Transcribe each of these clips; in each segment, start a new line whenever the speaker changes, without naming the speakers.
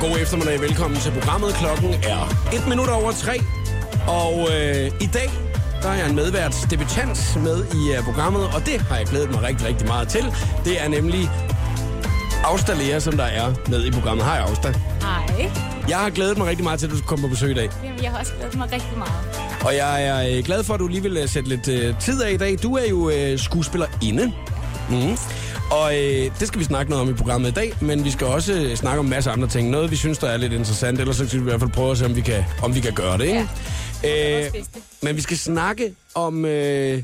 God eftermiddag. Velkommen til programmet. Klokken er et minut over tre. Og øh, i dag, der er jeg en medvært debutant med i øh, programmet, og det har jeg glædet mig rigtig, rigtig meget til. Det er nemlig Auster Lea, som der er med i programmet. Hej Auster.
Hej.
Jeg har glædet mig rigtig meget til, at du skulle komme på besøg i dag.
Jamen, jeg har også glædet mig rigtig meget.
Og jeg er øh, glad for, at du lige vil øh, sætte lidt øh, tid af i dag. Du er jo øh, skuespillerinde. Mm. Og øh, det skal vi snakke noget om i programmet i dag, men vi skal også øh, snakke om en masse andre ting. Noget, vi synes, der er lidt interessant, ellers så skal vi i hvert fald prøve at se, om vi kan, om vi kan gøre det. Ikke? Ja. Øh, men vi skal snakke om øh,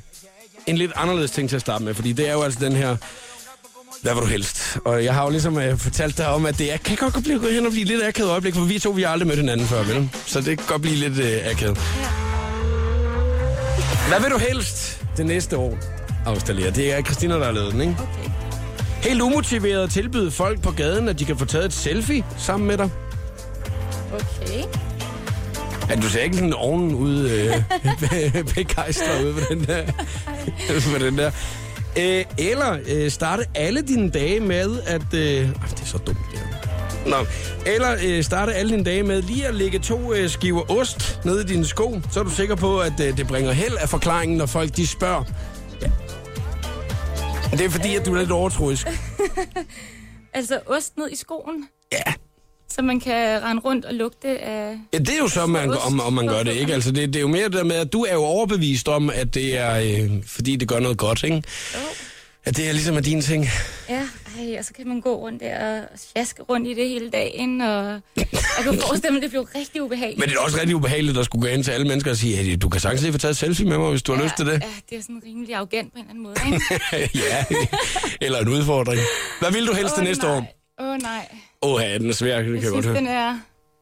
en lidt anderledes ting til at starte med, fordi det er jo altså den her... Hvad var du helst? Og jeg har jo ligesom øh, fortalt dig om, at det er, kan godt blive gå hen og blive lidt akavet øjeblik, for vi to vi har aldrig mødt hinanden før, vel? Så det kan godt blive lidt øh, akavet. Hvad vil du helst det næste år afstallere? Det er Christina, der har lavet den, ikke?
Okay.
Helt umotiveret at tilbyde folk på gaden, at de kan få taget et selfie sammen med dig.
Okay.
At du ser ikke sådan oven ud øh, be- begejstret ud på den der. på den der. Øh, eller øh, starte alle dine dage med at... Øh, ej, det er så dumt, det her. Nå. Eller øh, starte alle dine dage med lige at lægge to øh, skiver ost ned i dine sko, så er du sikker på, at øh, det bringer held af forklaringen, når folk de spørger. Ja. Det er fordi, at du er lidt overtroisk.
Altså ost ned i skoen,
Ja,
så man kan rende rundt og lugte af...
Ja, det er jo så, man, om, om man gør det, ikke? Altså, det, det er jo mere det der med, at du er jo overbevist om, at det er, øh, fordi det gør noget godt, ikke?
Oh.
At det er ligesom er dine ting.
Ja, ej, og så kan man gå rundt der og sjaske rundt i det hele dagen, og jeg kan forestille mig, at det blev rigtig ubehageligt.
Men det er da også rigtig ubehageligt at skulle gå ind til alle mennesker og sige, hey, du kan sagtens lige få taget et selfie med mig, hvis du har lyst til det.
Ja, det er sådan rimelig arrogant på en eller anden måde, ikke?
ja, eller en udfordring. Hvad vil du helst det
Åh,
næste
nej.
år?
Åh oh, nej,
Åh, ja, den er svær, det kan
jeg
jeg, godt høre.
synes, den er,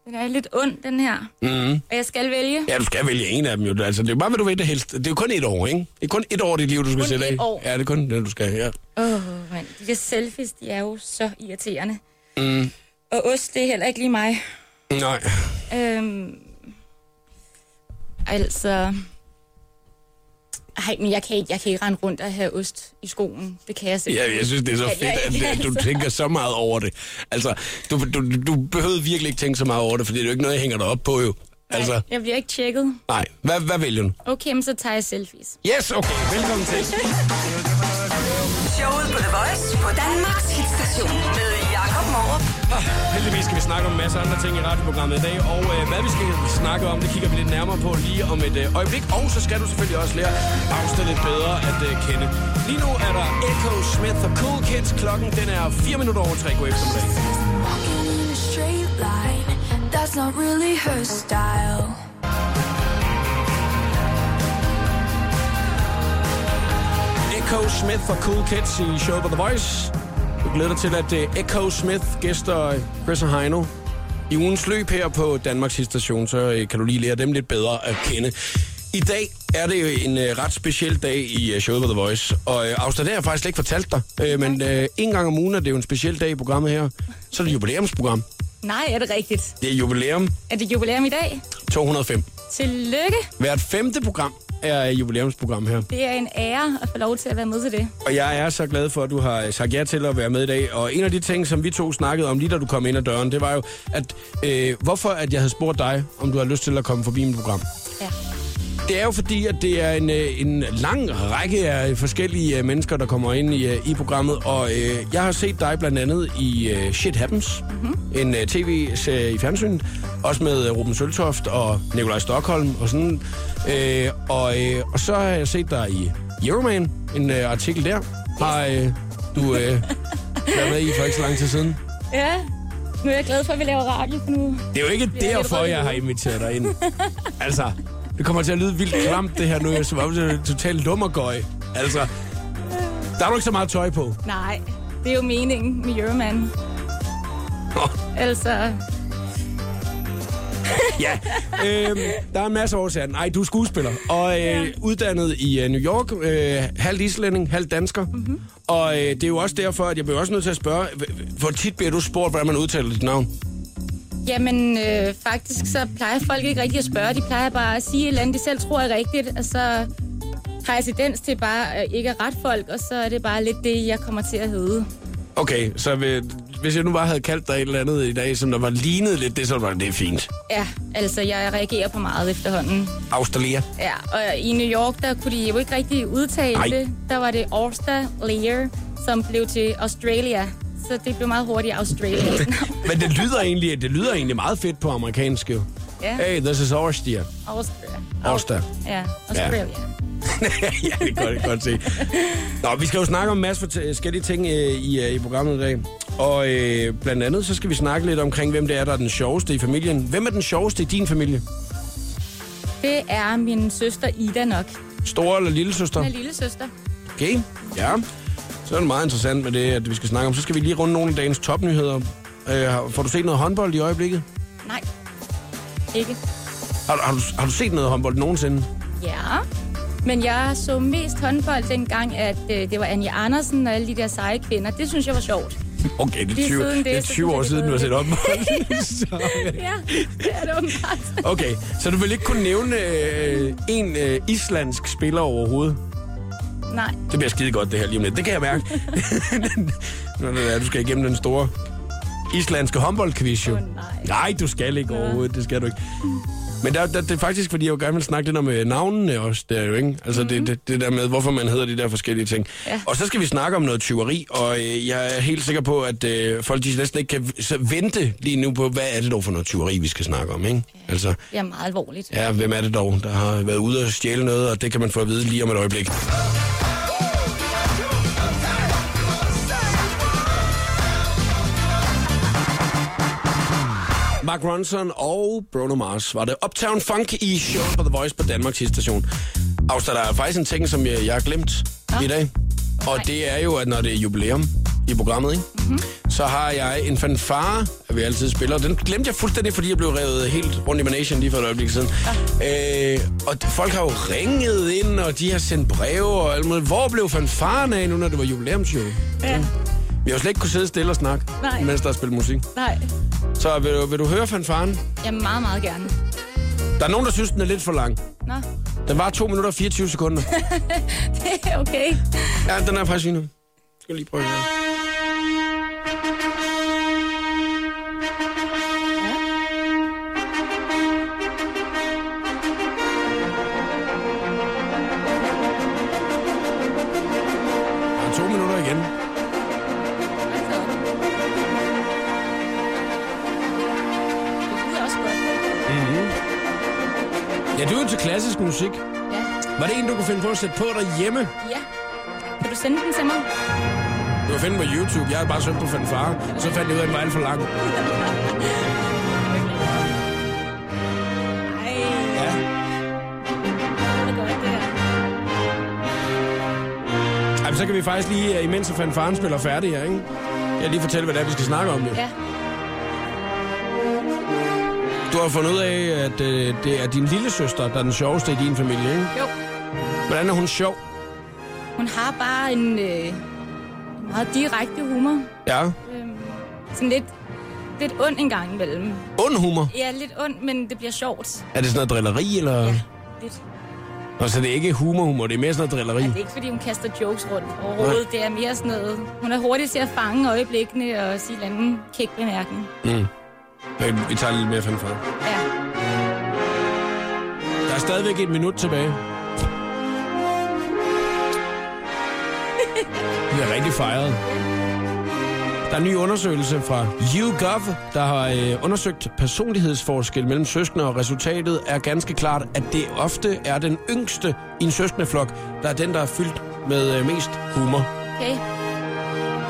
den er lidt ond, den her.
Mhm.
Og jeg skal vælge.
Ja, du skal vælge en af dem jo. Altså, det er jo bare, hvad du vil det helst. Det er jo kun et år, ikke? Det er kun et år af dit liv, du skal
Kun
sætte af.
et år.
Ja, det er kun det, du skal, ja.
Åh, oh, mand. De der selfies, de er jo så irriterende. Mm. Og ost, det er heller ikke lige mig.
Nej.
Øhm, altså... Ej, men jeg kan, ikke, jeg kan ikke rende rundt og have ost i skoen. Det kan jeg simpelthen.
Ja, jeg synes, det er så
Ja,
fedt,
ja,
at,
ja,
at du
altså.
tænker så meget over det. Altså, du, du, du behøvede virkelig ikke tænke så meget over det, for det er jo ikke noget, jeg hænger dig op på, jo. Altså,
Nej, jeg bliver ikke tjekket.
nej. Hvad, hvad vælger du?
Okay, men så tager jeg selfies.
Yes, okay. Velkommen til.
Showet på The Voice på Danmarks hitstation med Jakob Morup.
Ah, Heldigvis skal vi snakke om en masse andre ting i radioprogrammet i dag, og øh, hvad vi skal snakke om, det kigger vi lidt nærmere på lige om et øh, øjeblik. Og så skal du selvfølgelig også lære afstand lidt bedre at øh, kende. Lige nu er der Echo Smith og Cool Kids. Klokken den er 4 minutter over 3 god eftermiddag.
Walking in a straight line, that's not really her style.
Echo Smith og Cool Kids i showet på The Voice. Jeg glæder dig til, at øh, Echo Smith gæster Chris og Heino i ugens løb her på Danmarks station, så øh, kan du lige lære dem lidt bedre at kende. I dag er det jo en øh, ret speciel dag i øh, showet på The Voice, og øh, Auster, det har jeg faktisk slet ikke fortalt dig, øh, men øh, en gang om ugen er det jo en speciel dag i programmet her, så er det jubilæumsprogram.
Nej, er det rigtigt?
Det er jubilæum
Er det jubilæum i dag?
205.
Tillykke.
Hvert femte program er øh, jubilæumsprogram her.
Det er en ære at få lov til at være med til det.
Og jeg er så glad for, at du har sagt ja til at være med i dag. Og en af de ting, som vi to snakkede om, lige da du kom ind ad døren, det var jo, at øh, hvorfor at jeg havde spurgt dig, om du har lyst til at komme forbi mit program.
Ja.
Det er jo fordi, at det er en, øh, en lang række af forskellige øh, mennesker, der kommer ind i, øh, i programmet. Og øh, jeg har set dig blandt andet i øh, Shit Happens, mm-hmm. en øh, tv-serie i fjernsynet. Også med øh, Ruben Søltoft og Nikolaj Stockholm og sådan. Øh, og, øh, og så har jeg set dig i Euroman, en øh, artikel der. Har øh, du øh, været med i for ikke så lang tid siden?
Ja, nu er jeg glad for, at vi laver radio for nu.
Det er jo ikke
er
derfor,
lidt røde
jeg har inviteret dig ind. Altså, det kommer til at lyde vildt klamt, det her nu. Jeg som om, det er totalt lummergøj. Altså, der er du ikke så meget tøj på.
Nej, det er jo meningen med Euroman. Altså,
Ja, øhm, der er en masse årsager. Nej, du er skuespiller. Og øh, uddannet i øh, New York. Øh, halv islænding, halv dansker. Mm-hmm. Og øh, det er jo også derfor, at jeg bliver også nødt til at spørge, h- h- hvor tit bliver du spurgt, hvordan man udtaler dit navn?
Jamen, øh, faktisk så plejer folk ikke rigtig at spørge. De plejer bare at sige et eller andet, de selv tror er rigtigt, og så har jeg tendens til bare øh, ikke at rette folk, og så er det bare lidt det, jeg kommer til at hedde.
Okay, så øh, hvis jeg nu bare havde kaldt dig et eller andet i dag, som der var lignet lidt, det så var det er fint.
Ja, altså jeg reagerer på meget efterhånden.
Australia.
Ja, og i New York, der kunne de jo ikke rigtig udtale
Nej.
det. Der var det Australia, som blev til Australia. Så det blev meget hurtigt Australia.
Men det lyder egentlig, det lyder egentlig meget fedt på amerikansk jo.
Ja.
Hey, this is Australia.
Australia.
Auster.
Ja, Australia.
ja, det kan jeg godt se. Nå, vi skal jo snakke om en masse fortæ- forskellige ting øh, i, øh, i programmet i dag. Og øh, blandt andet, så skal vi snakke lidt omkring, hvem det er, der er den sjoveste i familien. Hvem er den sjoveste i din familie?
Det er min søster Ida nok.
Store eller lille søster?
Min lille søster.
Okay, ja. Så er det meget interessant med det, at vi skal snakke om. Så skal vi lige runde nogle af dagens topnyheder. Øh, får du set noget håndbold i øjeblikket?
Nej, ikke.
Har, har, du, har du set noget håndbold nogensinde?
Ja, men jeg så mest håndbold dengang, at øh, det var Anja Andersen og alle de der seje kvinder. Det synes jeg var sjovt.
Okay, det
Lige siden det, så synes jeg, det er gået
håndbold. Så-
Ja, det er det åbenbart.
Okay, så du vil ikke kunne nævne øh, en øh, islandsk spiller overhovedet?
Nej,
Det bliver skide godt det her lige om lidt. Det kan jeg mærke. Nå, det er, du skal igennem den store islandske håndboldquiz jo.
Åh, nej.
nej, du skal ikke overhovedet. Det skal du ikke. Men der, der, det er faktisk, fordi jeg jo gerne vil snakke lidt om øh, navnene også, der jo, ikke? Altså det, det, det der med, hvorfor man hedder de der forskellige ting.
Mhm. Ja.
Og så skal vi snakke om noget tyveri, og øh, jeg er helt sikker på, at øh, folk de næsten ikke kan v- så vente lige nu på, hvad er det dog for noget tyveri, vi skal snakke om, ikke? Altså,
det er meget alvorligt.
ja, hvem er det dog, der har været ude og stjæle noget, og det kan man få at vide lige om et øjeblik. Mark Ronson og Bruno Mars var det Uptown Funk i show på The Voice på Danmarks station. Afsted, der er faktisk en ting, som jeg, jeg har glemt
Nå.
i dag. Og det er jo, at når det er jubilæum i programmet, ikke?
Mhm.
Mm-hmm. så har jeg en fanfare, at vi altid spiller. Den glemte jeg fuldstændig, fordi jeg blev revet helt rundt i managen lige for et øjeblik siden. Øh, og d- folk har jo ringet ind, og de har sendt breve og alt muligt. Hvor blev fanfaren af nu, når det var jubilæumsjø?
Ja,
Vi har jo slet ikke kunne sidde stille og snakke,
Nej.
mens der er spillet musik.
nej.
Så vil du, vil du høre fanfaren?
Jeg meget, meget gerne.
Der er nogen, der synes, den er lidt for lang.
Nå,
Den var 2 minutter og 24 sekunder.
okay.
ja, den er faktisk lige nu. Skal jeg lige prøve det. Der er to minutter igen.
Hold da op. Det lyder også godt.
Ja, du er jo til klassisk musik.
Ja.
Var det en, du kunne finde på at sætte på derhjemme?
ja. Kan du sende den til mig?
Du kan finde den på YouTube. Jeg har bare søgt på fanfare. Så fandt jeg ud af, at den var alt for lang.
Ej,
Ja.
det er godt, det her.
Jamen, så kan vi faktisk lige, øh, imens at fanfaren spiller færdig her, ikke? Jeg lige fortælle, hvad det er, vi skal snakke om nu.
Ja,
Du har fundet ud af, at øh, det er din lille søster, der er den sjoveste i din familie, ikke?
jo.
Hvordan er hun sjov?
Hun har bare en øh, meget direkte humor.
Ja.
Øhm, sådan lidt, lidt ond en gang imellem.
Ond humor.
Ja, lidt ond, men det bliver sjovt.
Er det sådan noget drilleri, eller?
Ja, lidt.
Og så det er ikke humor-humor, det er mere sådan noget drilleri.
Ja, det er ikke, fordi hun kaster jokes rundt overhovedet. Det er mere sådan noget. Hun er hurtig til at fange øjeblikkene og sige en anden kæk bemærkning.
Øh, Vi tager lidt mere fanfare.
Ja.
Der er stadigvæk et minut tilbage. Vi er rigtig fejret. Der er en ny undersøgelse fra YouGov, der har øh, undersøgt personlighedsforskel mellem søskende, og resultatet er ganske klart, at det ofte er den yngste i en søskendeflok, der er den, der er fyldt med øh, mest humor.
Okay.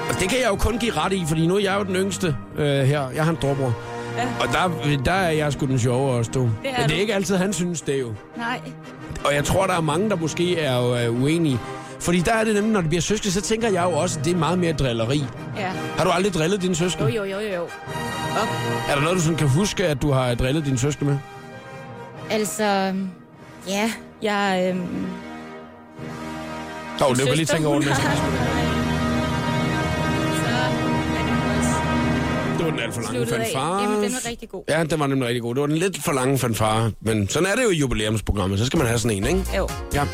Og det kan jeg jo kun give ret i, fordi nu er jeg jo den yngste øh, her. Jeg har en storbror. Ja. Og der, der er jeg sgu den sjove også, du. Det
er
Men det
du.
er ikke altid, han synes det jo.
Nej.
Og jeg tror, der er mange, der måske er jo, øh, uenige. Fordi der er det nemlig, når det bliver søskende, så tænker jeg jo også, at det er meget mere drilleri.
Ja.
Har du aldrig drillet dine
Jo,
søskende?
jo, jo, jo, jo. Op.
Er der noget, du sådan kan huske, at du har drillet dine søskende med?
Altså, ja, jeg... Øhm,
Nå, det var lige tænke over det.
det.
mens jeg-
Så
Det var den alt for lange
sluttede af.
fanfare.
Jamen, den var rigtig god.
Ja, den var nemlig rigtig god. Det var den lidt for lange fanfare. Men sådan er det jo i jubilæumsprogrammet. Så skal man have sådan en, ikke?
Jo.
Ja.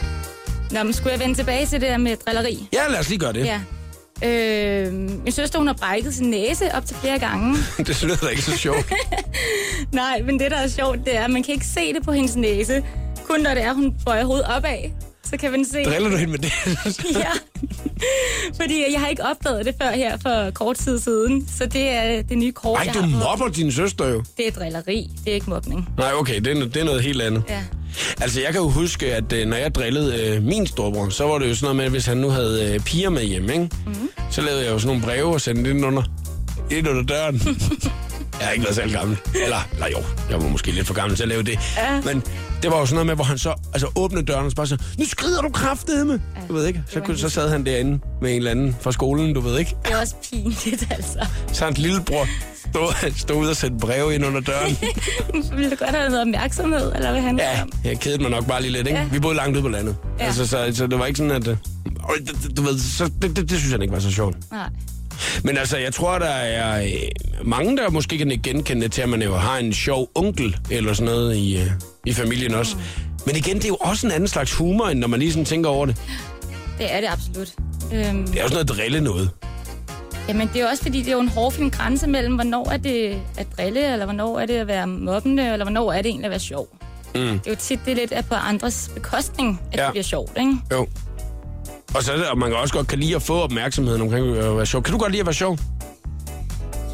Nå, men skulle jeg vende tilbage til det der med drilleri?
Ja, lad os lige gøre det.
Ja. Øh, min søster, hun har brækket sin næse op til flere gange.
det lyder da ikke så sjovt.
Nej, men det, der er sjovt, det er, at man kan ikke se det på hendes næse. Kun når det er, hun bøjer hovedet opad, så kan man se...
Driller du hende med det?
Ja, fordi jeg har ikke opdaget det før her for kort tid siden, så det er det nye kort,
Ej,
jeg
du
har fået.
mobber din søster jo.
Det er drilleri, det er ikke mobning.
Nej, okay, det er, no- det er noget helt andet.
Ja.
Altså, jeg kan jo huske, at øh, når jeg drillede øh, min storbror, så var det jo sådan noget med, at hvis han nu havde øh, piger med hjemme, ikke?
Mhm.
Mm-hmm. så lavede jeg jo sådan nogle breve og sendte det ind under, ind under døren. jeg har ikke været særlig gammel. Eller, eller jo, jeg var måske lidt for gammel til at lave det.
Ja.
Men det var jo sådan noget med, hvor han så altså, åbnede døren og så bare så, nu skrider du kraftedeme.
Ja,
Du ved ikke,
det
så,
var
kunne,
en
så sad han derinde med en eller anden fra skolen, du ved ikke.
Det er også pinligt, altså.
Så hans lillebror stod, stod ud og sendte breve ind under døren.
Vil du godt have noget opmærksomhed, eller hvad handler det
Ja,
om?
jeg kedede mig nok bare lige lidt, ikke? Ja.
Ja.
Vi boede langt ude på landet. Ja.
Ja.
Altså, så, så det var ikke sådan, at... øh, og det- det- Du ved, så, det, det, det synes jeg ikke var så sjovt.
Nej.
Men altså, jeg tror, der er øh, mange, der måske kan ikke genkende det til, at man jo har en sjov onkel eller sådan noget i, øh, i familien også. Men igen, det er jo også en anden slags humor, end når man lige sådan tænker over det.
Det er det absolut. Øhm,
Det er jo sådan noget drille noget.
jamen, det er også fordi, det er jo en hårfin grænse mellem, hvornår er det at drille, eller hvornår er det at være mobbende, eller hvornår er det egentlig at være sjov. Mm. Det er jo tit, det er lidt at på andres bekostning, at
Ja.
det bliver sjovt, ikke?
Jo. Og så er det, og man kan også godt kan lide at få opmærksomheden omkring øh, at være sjov. Kan du godt lide at være sjov?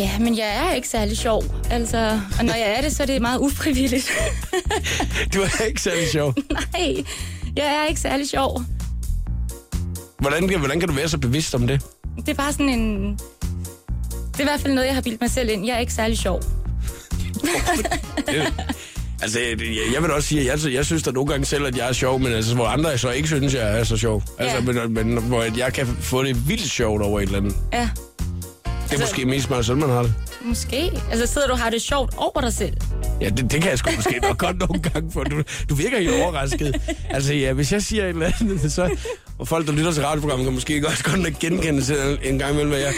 Ja, men jeg er ikke særlig sjov, altså. Og når jeg er det, så er det meget ufrivilligt.
Du er ikke særlig sjov.
Nej, jeg er ikke særlig sjov.
Hvordan, kan- hvordan kan du være så bevidst om det?
Det er bare sådan en... Det er i hvert fald noget, jeg har bildt mig selv ind. Jeg er ikke særlig sjov.
Det- altså, jeg, jeg vil også sige, at jeg, jeg synes da nogle gange selv, at jeg er sjov, men altså, hvor andre så ikke synes, jeg er så sjov. Altså,
Ja.
men, men hvor at jeg kan få det vildt sjovt over et eller andet. Det
Ja,
er
Altså-
måske mest mig selv, man har det.
måske. Altså sidder du og har det sjovt over dig selv.
Ja, det, det kan jeg sgu måske nok godt nogle gange for. Du, du virker jo overrasket. Altså, ja, hvis jeg siger et eller andet, så... Og folk, der lytter til radioprogrammet, kan måske godt godt genkende til en gang imellem, hvad jeg...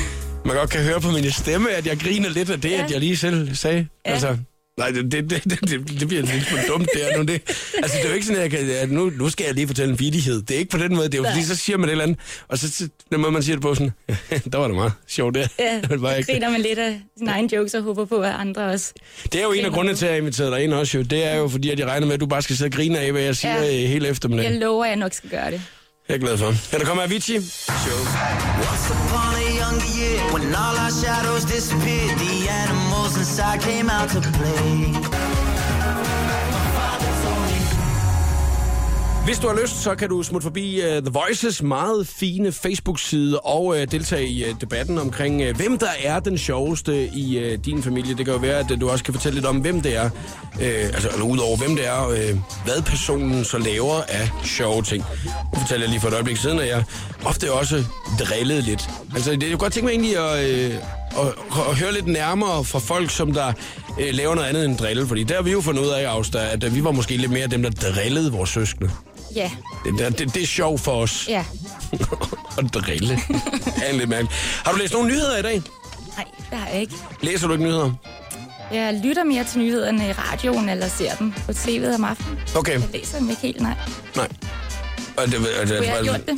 Man godt kan høre på min stemme, at jeg griner lidt af det, ja.
Ja.
at jeg lige selv sagde. Ja.
Ja.
Altså, nej, det, det, det, det, det bliver lidt for dumt der nu. Det, altså, det er jo ikke sådan, at, jeg kan, at nu, nu skal jeg lige fortælle en vidighed. Det er ikke på den måde. Det er jo
Nej.
fordi, så siger man et eller andet, og så- så den måde, man siger det på sådan, der var det meget sjovt der.
Ja,
Det var
så
ikke-
griner man lidt af sine egne jokes og håber på, at andre også.
det er jo en af
Griner
grundene
du?
til, at jeg inviterede dig ind også, jo. Det er jo fordi, at jeg regner med, at du bare skal sidde og grine af, hvad jeg siger ja.
Ja.
hele
Jeg
eftermiddagen. Jeg
lover, at jeg nok skal gøre det.
er glad for. Her der kommer Avicii.
Once upon a younger year, when all our shadows disappeared, the animals inside came out to play.
Hvis du har lyst, så kan du smutte forbi uh, The Voices meget fine Facebook-side og uh, deltage i uh, debatten omkring, uh, hvem der er den sjoveste i uh, din familie. Det kan jo være, at uh, du også kan fortælle lidt om, hvem det er. Uh, altså, eller udover hvem det er, uh, hvad personen så laver af sjove ting. Nu fortalte jeg lige for et øjeblik siden, at jeg ofte også drillede lidt. Altså, det, jeg kunne godt tænke mig egentlig at... Uh, og, og høre lidt nærmere fra folk, som der øh, laver noget andet end drille. Fordi der har vi jo fundet ud af, Auster, at øh, vi var måske lidt mere dem, der drillede vores søskende.
Ja,
Det, det, det, det er sjovt for os
ja.
at drille. Det er lidt mærkeligt. Har du læst nogle nyheder i dag?
Nej, det har jeg ikke.
Læser du ikke nyheder?
Jeg lytter mere til nyhederne i radioen, eller ser dem på tv'et om aftenen.
Okay.
Jeg læser dem ikke helt, nej.
Nej. Og det, og det,
Kunne jeg have gjort det?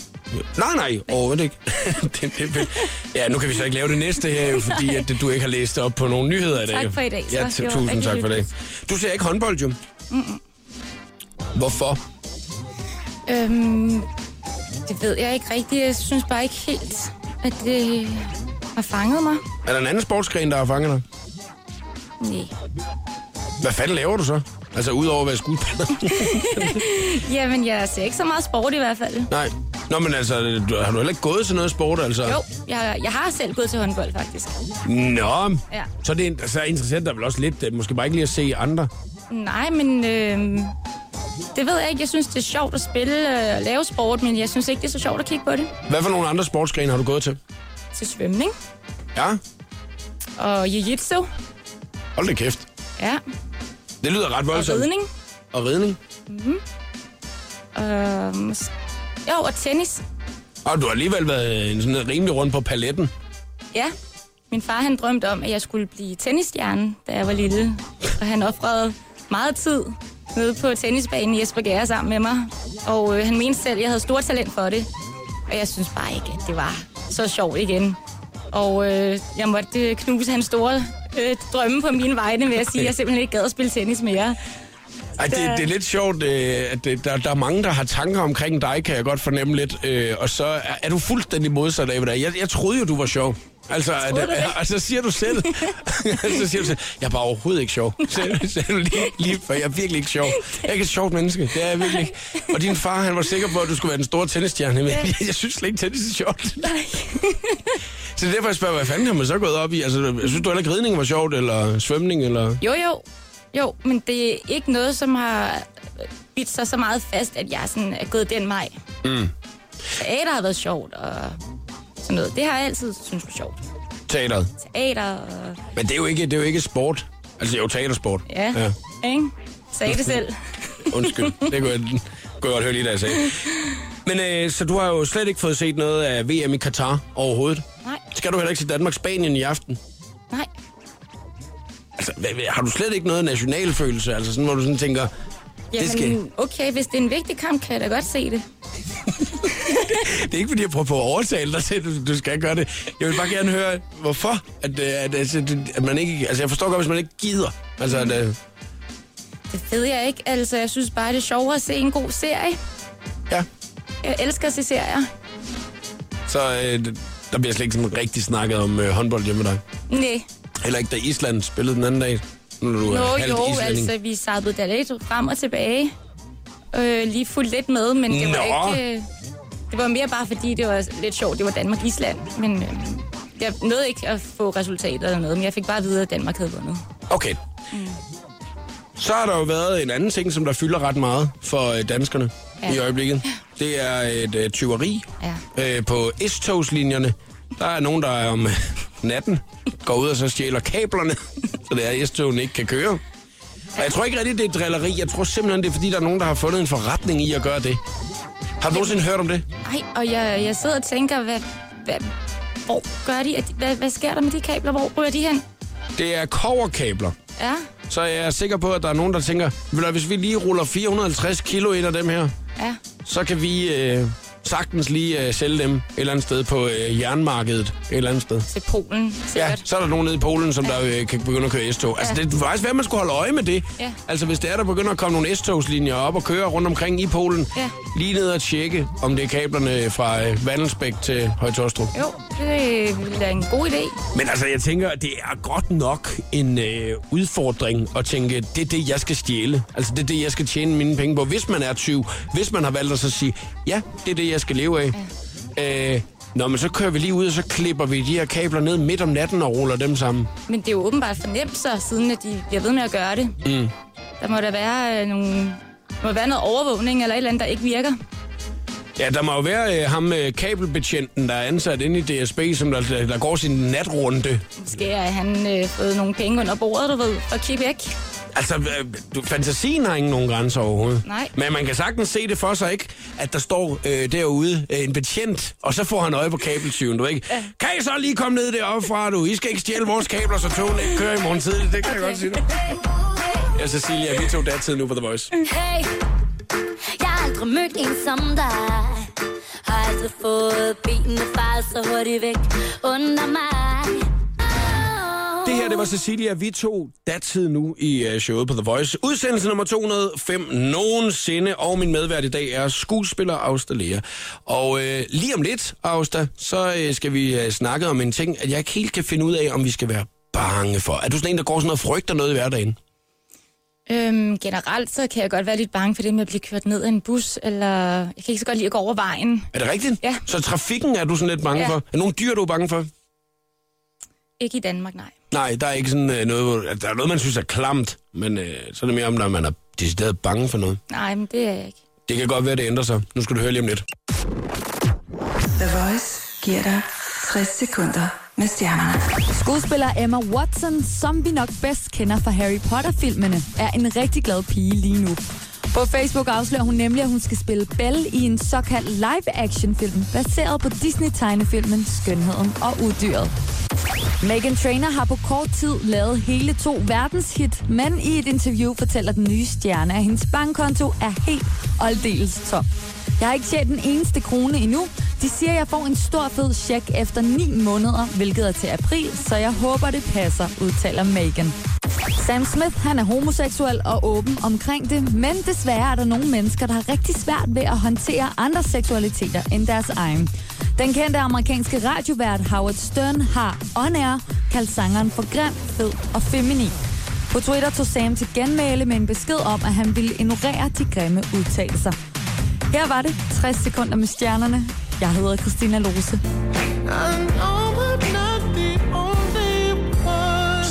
Nej, nej, overhovedet ikke. det, det, det. Ja, nu kan vi så ikke lave det næste her, jo, fordi at du ikke har læst op på nogle nyheder i dag.
Tak
jo.
for i dag, så.
Ja,
Det
t-
var
tusind
rigtig
tak for i dag. Du ser ikke håndbold, jo. Mm-mm. Hvorfor?
Øhm, det ved jeg ikke rigtigt. Jeg synes bare ikke helt, at det har fanget mig.
Er der en anden sportsgren, der har fanget dig?
Nej.
Hvad fanden laver du så? Altså, udover at være skuespiller?
Jamen, jeg ser ikke så meget sport i hvert fald.
nej. Nå, men altså, du- har du heller ikke gået til noget sport, altså?
Jo, jeg, jeg har selv gået til håndbold, faktisk.
Nå, ja.
Ja.
så er det så er interessant der vel også lidt, øh, måske bare ikke lige at se andre.
Nej, men øhm, det ved jeg ikke. Jeg synes, det er sjovt at spille øh, og lave sport, men jeg synes ikke, det er så sjovt at kigge på det.
Hvad for nogle andre sportsgrene har du gået til?
Til svømning
Ja,
og jiu-jitsu.
hold da kæft.
Ja,
Det lyder ret
og
voldsomt.
ridning.
Og ridning.
Og, Øh, mås- jo, og tennis.
Og du har alligevel været en sådan rimelig rundt på paletten.
Ja, min far han drømte om, at jeg skulle blive tennisstjerne, da jeg var lille. Og han offrede meget tid nede på tennisbanen i Esbjerg sammen med mig. Og øh, han mente selv, at jeg havde stort talent for det. Og jeg synes bare ikke, at det var så sjov igen. Og øh, jeg måtte øh, knuse hans store øh, drømme på mine vegne ved at sige, at jeg simpelthen ikke gad at spille tennis mere.
Ej, det, det er lidt sjovt, øh, at det, der, der er mange, der har tanker omkring dig, kan jeg godt fornemme lidt. Øh, og så er, er du fuldstændig modsat af, hvad der er. jeg, jeg troede jo, du var sjov. Altså, at,
du det?
og så siger du selv, så siger du selv, jeg er bare overhovedet ikke sjov. Selv, selv lige, lige før, jeg er virkelig ikke sjov. Jeg er ikke et sjovt menneske, det er jeg virkelig ikke. Og din far, han var sikker på, at du skulle være den store tennisstjerne, men jeg, jeg synes slet ikke, tennis er sjovt.
Nej.
Så derfor jeg spørger, hvad fanden har man så gået op i? Altså, synes du heller ikke ridning var sjovt, eller svømning, eller...
Jo, jo. Jo, men det er ikke noget, som har bidt sig så meget fast, at jeg sådan er gået den vej. Mm. Teater har været sjovt og sådan noget. Det har jeg altid synes var sjovt.
Teateret.
Teater og...
Men det er jo ikke, det er jo ikke sport. Altså, det er jo teatersport.
Ja, ja. ikke? Sagde det selv.
Undskyld, det kunne jeg, kunne jeg godt høre lige, da jeg sagde. Men øh, så du har jo slet ikke fået set noget af VM i Katar overhovedet.
Nej.
Skal du heller ikke til Danmark-Spanien i aften?
Nej.
Altså, hvad, hvad, har du slet ikke noget nationalfølelse? Altså sådan, hvor du sådan tænker, det, skal, det
Jamen, okay, hvis det er en vigtig kamp, kan jeg da godt se det.
er ikke, fordi jeg prøver på at overtale dig til, at du, du skal gøre det. Jeg vil bare gerne høre, hvorfor, at, øh, at, at, at, at man ikke... Altså, jeg forstår godt, hvis man ikke gider. Altså, at, øh,
Det ved jeg ikke. Altså, jeg synes bare, det er sjovere at se en god serie.
ja,
Jeg elsker at se serier.
så øh, der bliver slet ikke sådan rigtig snakket om øh, håndbold hjemme med dig.
Nej.
Heller ikke, da Island spillede den anden dag. Nu er du øh,
Nå
halvt
jo,
islænding.
altså, vi sabbede da lidt frem og tilbage. Øh, lige fuldt lidt med, men det var
Nå.
ikke... Øh, det var mere bare, fordi det var lidt sjovt. Det var Danmark-Island, men øh, jeg nåede ikke at få resultater eller noget, men jeg fik bare at vide, at Danmark havde vundet.
Okay.
Mm.
Så har der jo været en anden ting, som der fylder ret meget for øh, danskerne ja.
Ja.
i øjeblikket. Det er et øh, tyveri
Ja.
øh, på S-togslinjerne. Der er nogen, der er om øh, natten går ud og så stjæler kablerne, så det er, at S-togene ikke kan køre. Og jeg tror ikke rigtigt, det er drilleri. Jeg tror simpelthen, det er, fordi der er nogen, der har fundet en forretning i at gøre det. Har du nogensinde hørt om det?
Ej, og jeg, jeg sidder og tænker, hvad, hvad, hvor gør de? Er de- Hvad, hvad sker der med de kabler? Hvor ryger de hen?
Det er koverkabler.
Ja,
Så jeg er sikker på, at der er nogen, der tænker, "Ved du hvad, hvis vi lige ruller 450 kilo ind af dem her,
ja.
så kan vi øh, sagtens lige øh, sælge dem et eller andet sted på øh, jernmarkedet et eller andet sted.
Til Polen,
Ja,
sikkert.
så er der nogen nede i Polen, som der øh, kan begynde at køre S-tog. Altså,
Ja.
det er faktisk værd, man skulle holde øje med det.
Ja.
Altså, hvis det er, der begynder at komme nogle S-togslinjer op og køre rundt omkring i Polen,
Ja.
lige ned og tjekke, om det er kablerne fra øh, Vandelsbæk til Højtostrup.
Jo, det ville være en god idé.
Men altså, jeg tænker, at det er godt nok en øh, udfordring at tænke, det er det, jeg skal stjæle. Altså, det er det, jeg skal tjene mine penge på. Hvis man er 20, hvis man har valgt at så sige, ja, det er det, jeg skal leve af. Ja. Øh, Nå, men så kører vi lige ud, og så klipper vi de her kabler ned midt om natten og ruller dem sammen.
Men det er jo åbenbart fornemt så, siden at de bliver ved med at gøre det. Mm. Der må der være øh, nogle... Der må være noget overvågning eller et eller andet, der ikke virker.
Ja, der må jo være øh, ham øh, kabelbetjenten, der er ansat inde i DSB, som der, der går sin natrunde.
Måske har han øh, fået nogle penge under bordet, du ved, og kigge væk.
Altså, øh, du- fantasien har ingen nogen grænser overhovedet.
Nej.
Men man kan sagtens se det for sig, ikke? At der står øh, derude øh, en betjent, og så får han øje på kabeltyven, du ikke? Ja. Kan I så lige komme ned deroppe fra, du? I skal ikke stjæle vores kabler, så togene ikke kører i morgen tidligt. Det kan jeg godt sige dig. Ja, Cecilia, vi tog datid nu på The Voice.
Hey, jeg har aldrig mødt en som dig Har aldrig fået benene fejret så hurtigt væk under mig oh.
Det her, det var Cecilia Vi tog datid nu i øh, showet på The Voice. Udsendelse nummer 205 nogensinde, og min medvært i dag er skuespiller Auster Lea. Og øh, lige om lidt, Auster, så øh, skal vi øh, snakke om en ting, at jeg ikke helt kan finde ud af, om vi skal være bange for. Er du sådan en, der går sådan og frygter noget i hverdagen?
Øhm, generelt så kan jeg godt være lidt bange for det med at blive kørt ned af en bus, eller jeg kan ikke så godt lide at gå over vejen.
Er det rigtigt?
Ja.
Så trafikken er du sådan lidt bange
Ja.
for? Er der nogle dyr, du er bange for?
Ikke i Danmark, nej.
Nej, der er ikke sådan øh, noget, hvor- der er noget, man synes er klamt, men øh, så er det mere om, når man er decideret bange for noget.
Nej, men det er jeg ikke.
Det kan godt være, det ændrer sig. Nu skal du høre lige om lidt.
The Voice giver dig 60 sekunder med stjernerne.
Skuespiller Emma Watson, som vi nok bedst kender fra Harry Potter-filmene, er en rigtig glad pige lige nu. På Facebook afslører hun nemlig, at hun skal spille Belle i en såkaldt live-action-film, baseret på Disney-tegnefilmen Skønheden og Uddyret. Megan Trainor har på kort tid lavet hele to verdenshit, men i et interview fortæller den nye stjerne, at hendes bankkonto er helt og aldeles tom. Jeg har ikke tjent den eneste krone endnu. De siger, at jeg får en stor fed check efter 9 måneder, hvilket er til april, så jeg håber, det passer, udtaler Megan. Sam Smith, han er homoseksuel og åben omkring det, men desværre er der nogle mennesker, der har rigtig svært ved at håndtere andre seksualiteter end deres egen. Den kendte amerikanske radiovært Howard Stern har on air kaldt sangeren for grim, fed og feminin. På Twitter tog Sam til genmæle med en besked om, at han ville ignorere de grimme udtalelser. Her var det 60 sekunder med stjernerne. Jeg hedder Christina Lose.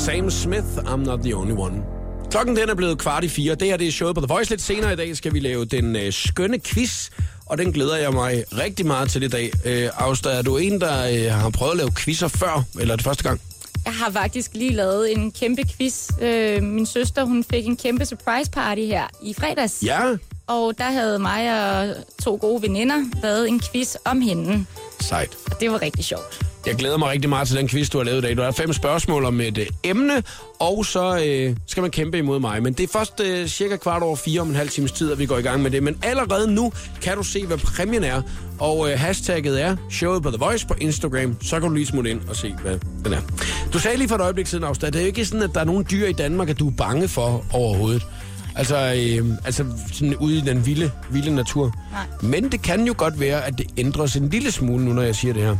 Sam Smith, I'm not the only one. Klokken den er blevet kvart i fire. Det her det er showet på The Voice. Lidt senere i dag skal vi lave den øh, skønne quiz, og den glæder jeg mig rigtig meget til i dag. Øh, Auster, er du en, der øh, har prøvet at lave quizzer før, eller er det første gang?
Jeg har faktisk lige lavet en kæmpe quiz. Øh, min søster, hun fik en kæmpe surprise party her i fredags.
Ja,
Og der havde mig og to gode veninder lavet en quiz om hende.
sejt.
Og det var rigtig sjovt.
Jeg glæder mig rigtig meget til den quiz, du har lavet i dag. Du har fem spørgsmål om et øh, emne, og så øh, skal man kæmpe imod mig. Men det er først øh, cirka kvart over fire om en halv times tid, at vi går i gang med det. Men allerede nu kan du se, hvad præmien er. Og øh, hashtagget er showet på The Voice på Instagram. Så kan du lige smutte ind og se, hvad den er. Du sagde lige for et øjeblik siden, Afstad, det er jo ikke sådan, at der er nogen dyr i Danmark, at du er bange for overhovedet. Altså, øh, altså sådan ude i den vilde, vilde natur.
Nej.
Men det kan jo godt være, at det ændres en lille smule nu, når jeg siger det her.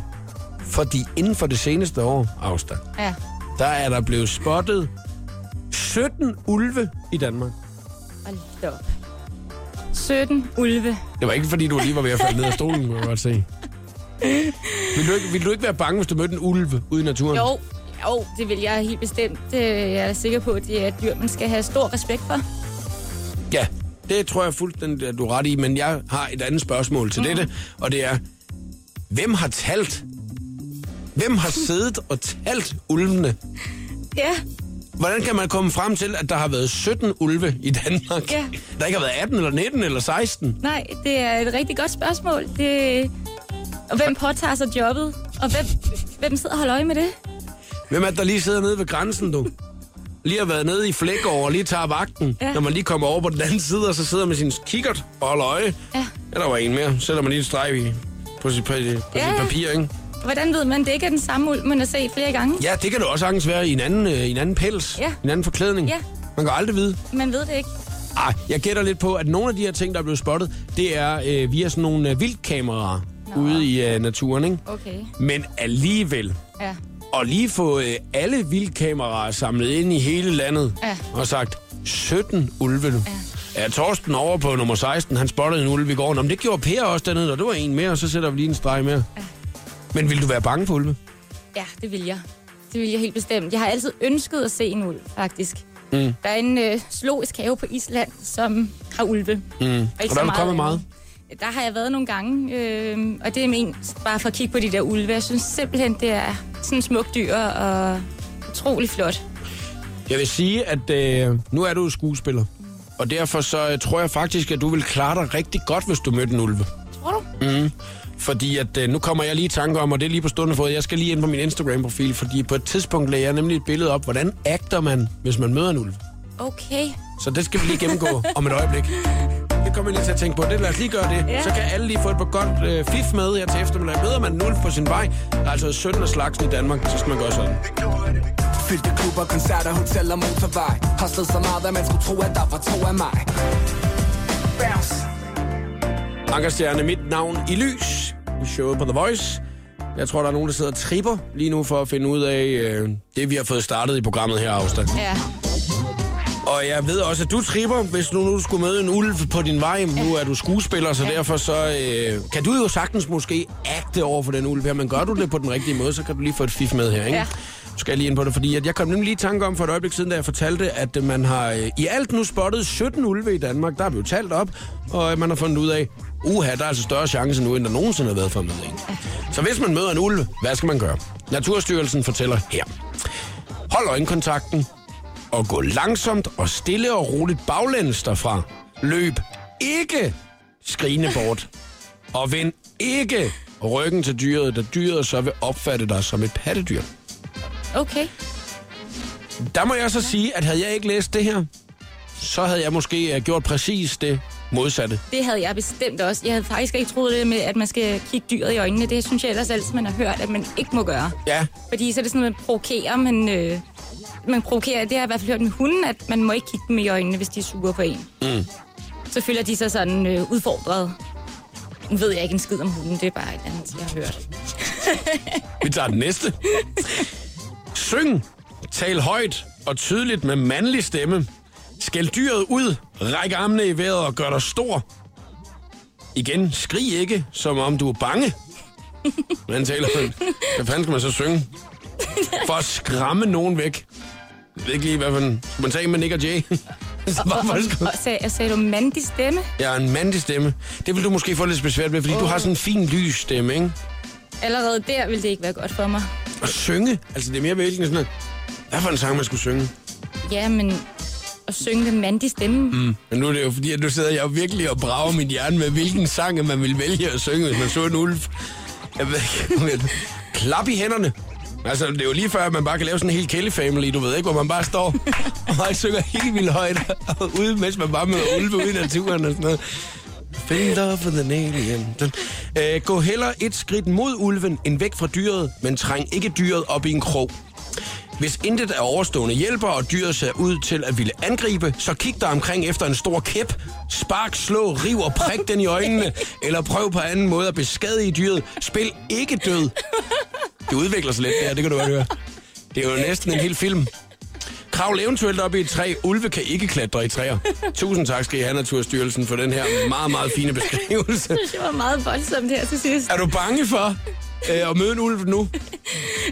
Fordi inden for det seneste år, afstand,
Ja.
der er der blevet spottet 17 ulve i Danmark.
Hold da op. 17 ulve.
Det var ikke, fordi du lige var ved at falde ned af stolen, må jeg godt se. Vil du, ikke, vil du ikke være bange, hvis du mødte en ulve ude i naturen?
Jo, jo, det vil jeg helt bestemt. Øh, Jeg er sikker på, at det er et dyr, man skal have stor respekt for.
Ja, det tror jeg fuldstændig, at du er ret i, men jeg har et andet spørgsmål til mm. dette, og det er, hvem har talt? Hvem har siddet og talt ulvene?
Ja,
Hvordan kan man komme frem til, at der har været 17 ulve i Danmark?
Ja.
Der ikke har været 18 eller 19 eller 16?
nej, det er et rigtig godt spørgsmål. Det... Og hvem påtager sig jobbet? Og hvem, hvem sidder og holder øje med det?
Hvem er det, der lige sidder nede ved grænsen, du? Lige har været nede i Flækgaard og lige tager vagten. Ja.
Ja.
Når man lige kommer over på den anden side, og så sidder man med sin kikkert og holder øje.
Ja.
ja der var en mere. Sætter man lige et streg i, på sit, på, sit- på
Ja,
sit
ja.
papir, ikke?
Hvordan ved man, det ikke er den samme ulv, man har set flere gange?
Ja, det kan det også sagtens være i en anden, øh, i en anden pels.
Ja.
En anden forklædning.
Ja.
Man kan aldrig vide.
Man ved det ikke.
Ej, jeg gætter lidt på, at nogle af de her ting, der er blevet spottet, det er øh, via sådan nogle øh, vildkameraer ude i øh, naturen, ikke?
Okay,
Men alligevel,
ja.
og lige få øh, alle vildkameraer samlet ind i hele landet
Ja.
og sagt 17 ulve nu. Ja. ja, Torsten over på nummer 16, han spottede en ulv i går. Nå, men det gjorde Per også dernede, og det var en mere, og så sætter vi lige en streg mere. Ja. Men vil du være bange for ulve?
Ja, det vil jeg. Det vil jeg helt bestemt. Jeg har altid ønsket at se en ulv, faktisk. Mm. Der er en øh, zoologisk have på Island, som har ulve. Mm. Og, ikke
Og der er du kommet
andet.
meget?
Der har jeg været nogle gange, øh, og det er men bare for at kigge på de der ulve. Jeg synes simpelthen, det er sådan smukt dyr og utrolig flot.
Jeg vil sige, at øh, nu er du skuespiller, og derfor så øh, tror jeg faktisk, at du vil klare dig rigtig godt, hvis du mødte en ulve. Mm.
Tror du?
Fordi at, øh, nu kommer jeg lige i tanke om, og det er lige på stående fod, jeg skal lige ind på min Instagram-profil, fordi på et tidspunkt lagde jeg nemlig et billede op, hvordan agter man, hvis man møder en ulv.
Okay.
Så det skal vi lige gennemgå om et øjeblik. Det kommer jeg lige til at tænke på. Det lad os lige gøre det.
Ja.
Så kan alle lige få et par godt øh, fif med her til eftermiddag. Møder man en ulv på sin vej, der er altså 17 af slagsen i Danmark, så skal man gøre sådan.
Fyldte klubber, koncerter, hotel og motorvej Hostet så meget, at man skulle tro, at der var to af mig Bounce
Ankerstjerne, mit navn i lys i showet på The Voice. Jeg tror, der er nogen, der sidder og tripper lige nu for at finde ud af øh, det, vi har fået startet i programmet her, Afstand.
Ja.
Og jeg ved også, at du tripper, hvis nu, nu du skulle møde en ulv på din vej. Nu er du skuespiller, så derfor så øh, kan du jo sagtens måske agte over for den ulv her. Men gør du det på den rigtige måde, så kan du lige få et fif med her, ikke?
Ja.
Nu skal jeg lige ind på det, fordi at jeg kom nemlig lige i tanke om for et øjeblik siden, da jeg fortalte, at øh, man har øh, i alt nu spottet 17 ulve i Danmark. Der er vi jo talt op, og øh, man har fundet ud af, uha, der er altså større chance nu, end der nogensinde har været for at møde en. Så hvis man møder en ulv, hvad skal man gøre? Naturstyrelsen fortæller her. Hold øjenkontakten, og gå langsomt og stille og roligt baglæns derfra. Løb ikke skrigende bort. Og vend ikke ryggen til dyret, da dyret så vil opfatte dig som et pattedyr.
Okay.
Der må jeg så sige, at havde jeg ikke læst det her, så havde jeg måske øh, gjort præcis det, modsatte.
Det havde jeg bestemt også. Jeg havde faktisk ikke troet det med, at man skal kigge dyret i øjnene. Det synes jeg ellers altid, man har hørt, at man ikke må gøre.
Ja.
Fordi så er det sådan, at man provokerer, men øh, man provokerer, det har jeg i hvert fald hørt med hunden, at man må ikke kigge dem i øjnene, hvis de er sure på en. Mm. Så føler de sig sådan øh, udfordret. Nu ved jeg ikke en skid om hunden, det er bare et andet, jeg har hørt.
Vi tager den næste. Syng, tal højt og tydeligt med mandlig stemme. Skæld dyret ud, ræk armene i vejret og gør dig stor. Igen, skrig ikke, som om du er bange. Man taler Hvad fanden skal man så synge? For at skræmme nogen væk. Jeg ved ikke lige, hvad for en... Skal man tage med Nick og Jay? Så Hvorfor skal
Og sagde, jeg sagde du mandig stemme?
Jeg er en mandlig stemme. Det vil du måske få lidt besvært med, fordi du har sådan en fin lys stemme, ikke?
Allerede der ville det ikke være godt for mig.
At synge, altså det er mere vælgende sådan, at, hvad for en sang, man skulle synge?
Ja, men at synge med mandig stemme. Mm.
Men nu er det jo fordi, at nu sidder jeg jo virkelig og brager min hjerne med, hvilken sang man ville vælge at synge, hvis man så en ulv. Jeg ved ikke, men klap i hænderne. Altså, det er jo lige før, at man bare kan lave sådan en hel Kelly Family, du ved ikke, hvor man bare står og synger helt vildt højt ude, mens man bare møder ulve ude i naturen og sådan noget. Find love with an alien. Den- Øh, gå heller et skridt mod ulven end væk fra dyret, men træng ikke dyret op i en krog. Hvis intet af overstående hjælper, og dyret ser ud til at ville angribe, så kig dig omkring efter en stor kæp. Spark, slå, riv og prik den i øjnene, eller prøv på anden måde at beskadige dyret. Spil ikke død. Det udvikler sig lidt, det her, det kan du godt høre. Det er jo næsten en hel film. Kravl eventuelt op i et træ. Ulve kan ikke klatre i træer. Tusind tak skal I have, Naturstyrelsen, for den her meget, meget fine beskrivelse.
Jeg synes, det var meget voldsomt her til sidst.
Er du bange for øh, at møde en ulv nu?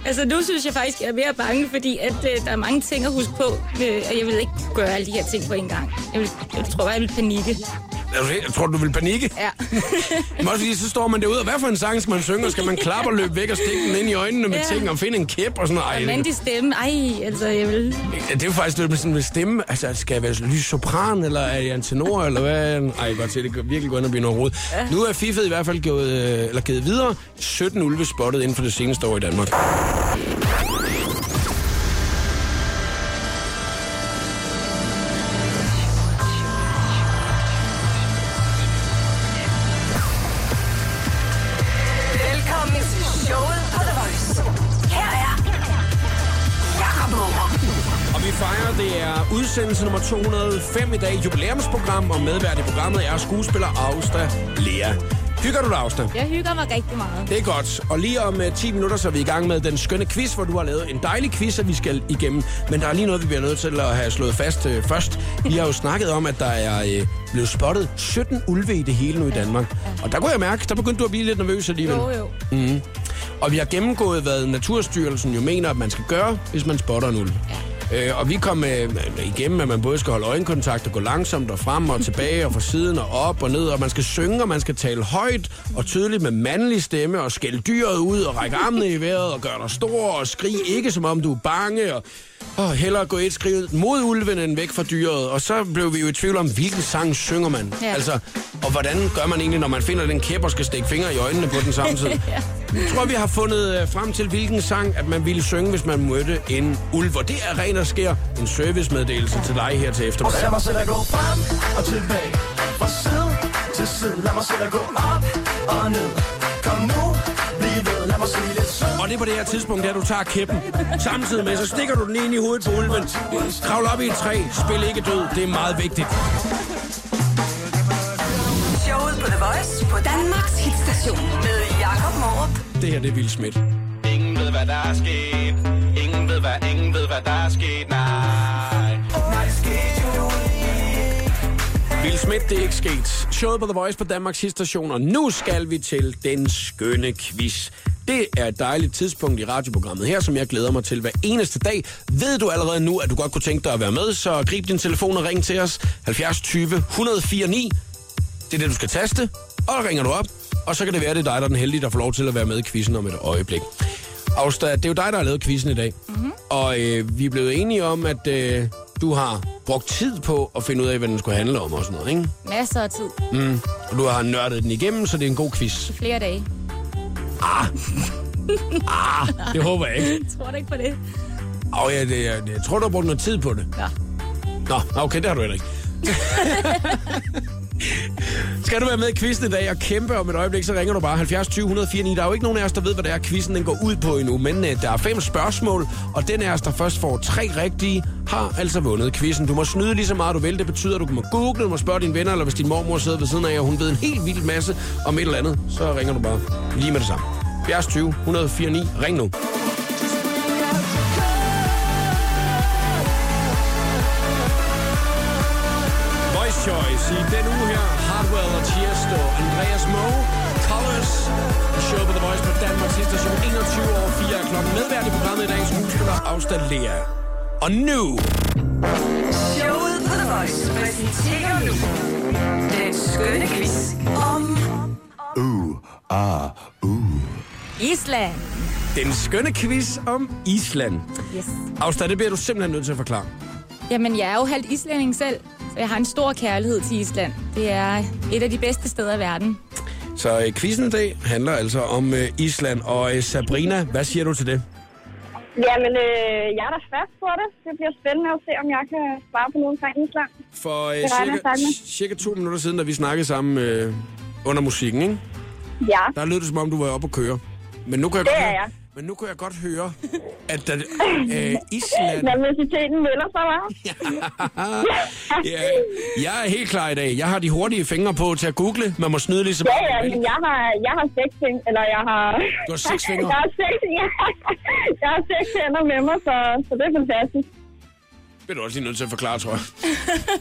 Altså, nu synes jeg faktisk, jeg er mere bange, fordi at, øh, der er mange ting at huske på. Øh, og jeg vil ikke gøre alle de her ting på en gang. Jeg, vil, jeg tror, jeg vil panikke.
Er du, jeg tror, du vil panikke.
Ja.
Men også fordi, så står man derude, og hvad for en sang skal man synge? Og skal man klappe og løbe væk og stikke den ind i øjnene med
Ja.
ting og finde en kæp og sådan noget? Ej,
mandig stemme. Ej, altså, jeg vil...
det er jo faktisk lidt med sådan med stemme. Altså, skal jeg være lys sopran, eller er jeg en tenor, eller hvad? Ej, jeg kan godt se, det kan virkelig gå ind og blive noget rod. Nu er Fiffet i hvert fald gået, øh, eller givet videre. 17 ulve spottet inden for det seneste år i Danmark.
Velkommen til showet på The Voice. Her er Jakob Morup.
Og vi fejrer, det er udsendelse nummer 205 i dag, jubilæumsprogram, og medvært i programmet er skuespiller Austa Lea. Hygger du dig, Austa?
Jeg hygger mig rigtig meget.
Det er godt. Og lige om øh, 10 minutter, så er vi i gang med den skønne quiz, hvor du har lavet en dejlig quiz, at vi skal igennem. Men der er lige noget, vi bliver nødt til at have slået fast øh, først. Vi har jo snakket om, at der er øh, blevet spottet 17 ulve i det hele nu i Danmark. Og der kunne jeg mærke, der begyndte du at blive lidt nervøs alligevel.
Jo, jo.
Og vi har gennemgået, hvad Naturstyrelsen jo mener, at man skal gøre, hvis man spotter en ulv. Øh, og vi kom øh, igennem, at man både skal holde øjenkontakt og gå langsomt og frem og tilbage og fra siden og op og ned, og man skal synge, og man skal tale højt og tydeligt med mandlig stemme og skælde dyret ud og række armene i vejret og gøre dig stor og skrige ikke, som om du er bange og, og hellere gå et skridt mod ulven end væk fra dyret. Og så blev vi jo i tvivl om, hvilken sang synger man.
Ja.
Altså, og hvordan gør man egentlig, når man finder den kæp og skal stikke fingre i øjnene på den samme tid? Jeg tror, vi har fundet øh, frem til, hvilken sang, at man ville synge, hvis man mødte en ulv. Og det er rent og sker en servicemeddelelse til dig her til
Og lad
eftermiddag.
mig selv at gå frem og tilbage Fra side til side Lad mig selv at gå op og ned Kom nu, bliv ved Lad mig se lidt sød
Og det er på det her tidspunkt, der du tager kæppen. Samtidig med, så stikker du den ind i hovedet på ulven. Kravl op i et træ. Spil ikke død. Det er meget vigtigt.
Showet på The Voice på Danmarks hitstation med Jakob Morup.
Det her, det er Vild Smidt.
Ingen ved, hvad der er sket. Ingen ved, hvad, ingen ved, hvad der er sket. Nej.
Vild Smidt, det er ikke sket. Showet på The Voice på Danmarks Hitstation, og nu skal vi til den skønne quiz. Det er et dejligt tidspunkt i radioprogrammet her, som jeg glæder mig til hver eneste dag. Ved du allerede nu, at du godt kunne tænke dig at være med, så grib din telefon og ring til os 70 20 104 9. Det er det, du skal taste, og der ringer du op, og så kan det være, det er dig, der er den heldige, der får lov til at være med i quizzen om et øjeblik. Austa, det er jo dig, der har lavet quizzen i dag, mm-hmm. og øh, vi er blevet enige om, at øh, du har brugt tid på at finde ud af, hvad den skulle handle om og sådan noget, ikke?
Masser af tid.
Og du har nørdet den igennem, så det er en god quiz.
Flere dage.
Det håber jeg ikke.
Tror du ikke på det?
Og jeg, jeg, jeg, jeg tror, du har brugt noget tid på det.
Ja.
Nå, okay, det har du heller ikke. Skal du være med i quizzen i dag og kæmpe om et øjeblik, så ringer du bare 70 20 149. Der er jo ikke nogen af os, der ved, hvad det er, quizzen den går ud på endnu, men øh, der er fem spørgsmål, og den af os, der først får tre rigtige, har altså vundet quizzen. Du må snyde lige så meget, du vil. Det betyder, at du må google, du må spørge dine venner, eller hvis din mormor sidder ved siden af jer, og hun ved en helt vild masse om et eller andet, så ringer du bare lige med det samme. 70 20 149. Ring nu. Voice Choice i den uge her. Hardwell og Tiesto, Andreas Moe, Colors, show på The Voice på Danmarks station 21 over 4 er klokken. Medvært i programmet i dag, skuespiller Auster Lea. Og nu...
Showet på The Voice præsenterer nu den skønne quiz om...
Uh, ah, uh.
Island.
Den skønne quiz om Island.
Yes.
Auster, det bliver du simpelthen nødt til at forklare.
Jamen, jeg er jo halvt islænding selv, så jeg har en stor kærlighed til Island. Det er et af de bedste steder i verden.
Så øh, quizzen i dag handler altså om øh, Island. Og øh, Sabrina, hvad siger du til det?
Jamen, øh, jeg er da fast på det. Det bliver spændende at se, om jeg kan svare på noget omkring Island.
For øh,
Det regner jeg
cirka,
sagt med.
cirka to minutter siden, da vi snakkede sammen øh, under musikken, ikke?
Ja,
der lød det som om, du var oppe at køre. Men nu kan jeg
det
godt
er
høre-
jeg.
Men nu kan jeg godt høre, at der, øh, Island...
Nervøsiteten melder sig, hva'?
ja, jeg er helt klar i dag. Jeg har de hurtige fingre på til at google. Man må snyde ligesom...
Ja, ja, men jeg har, jeg har seks ting, eller jeg har...
Du har seks fingre.
jeg har seks, ja. jeg har seks hænder med mig, så, så det er fantastisk.
Det bliver du også lige nødt til at forklare, tror jeg.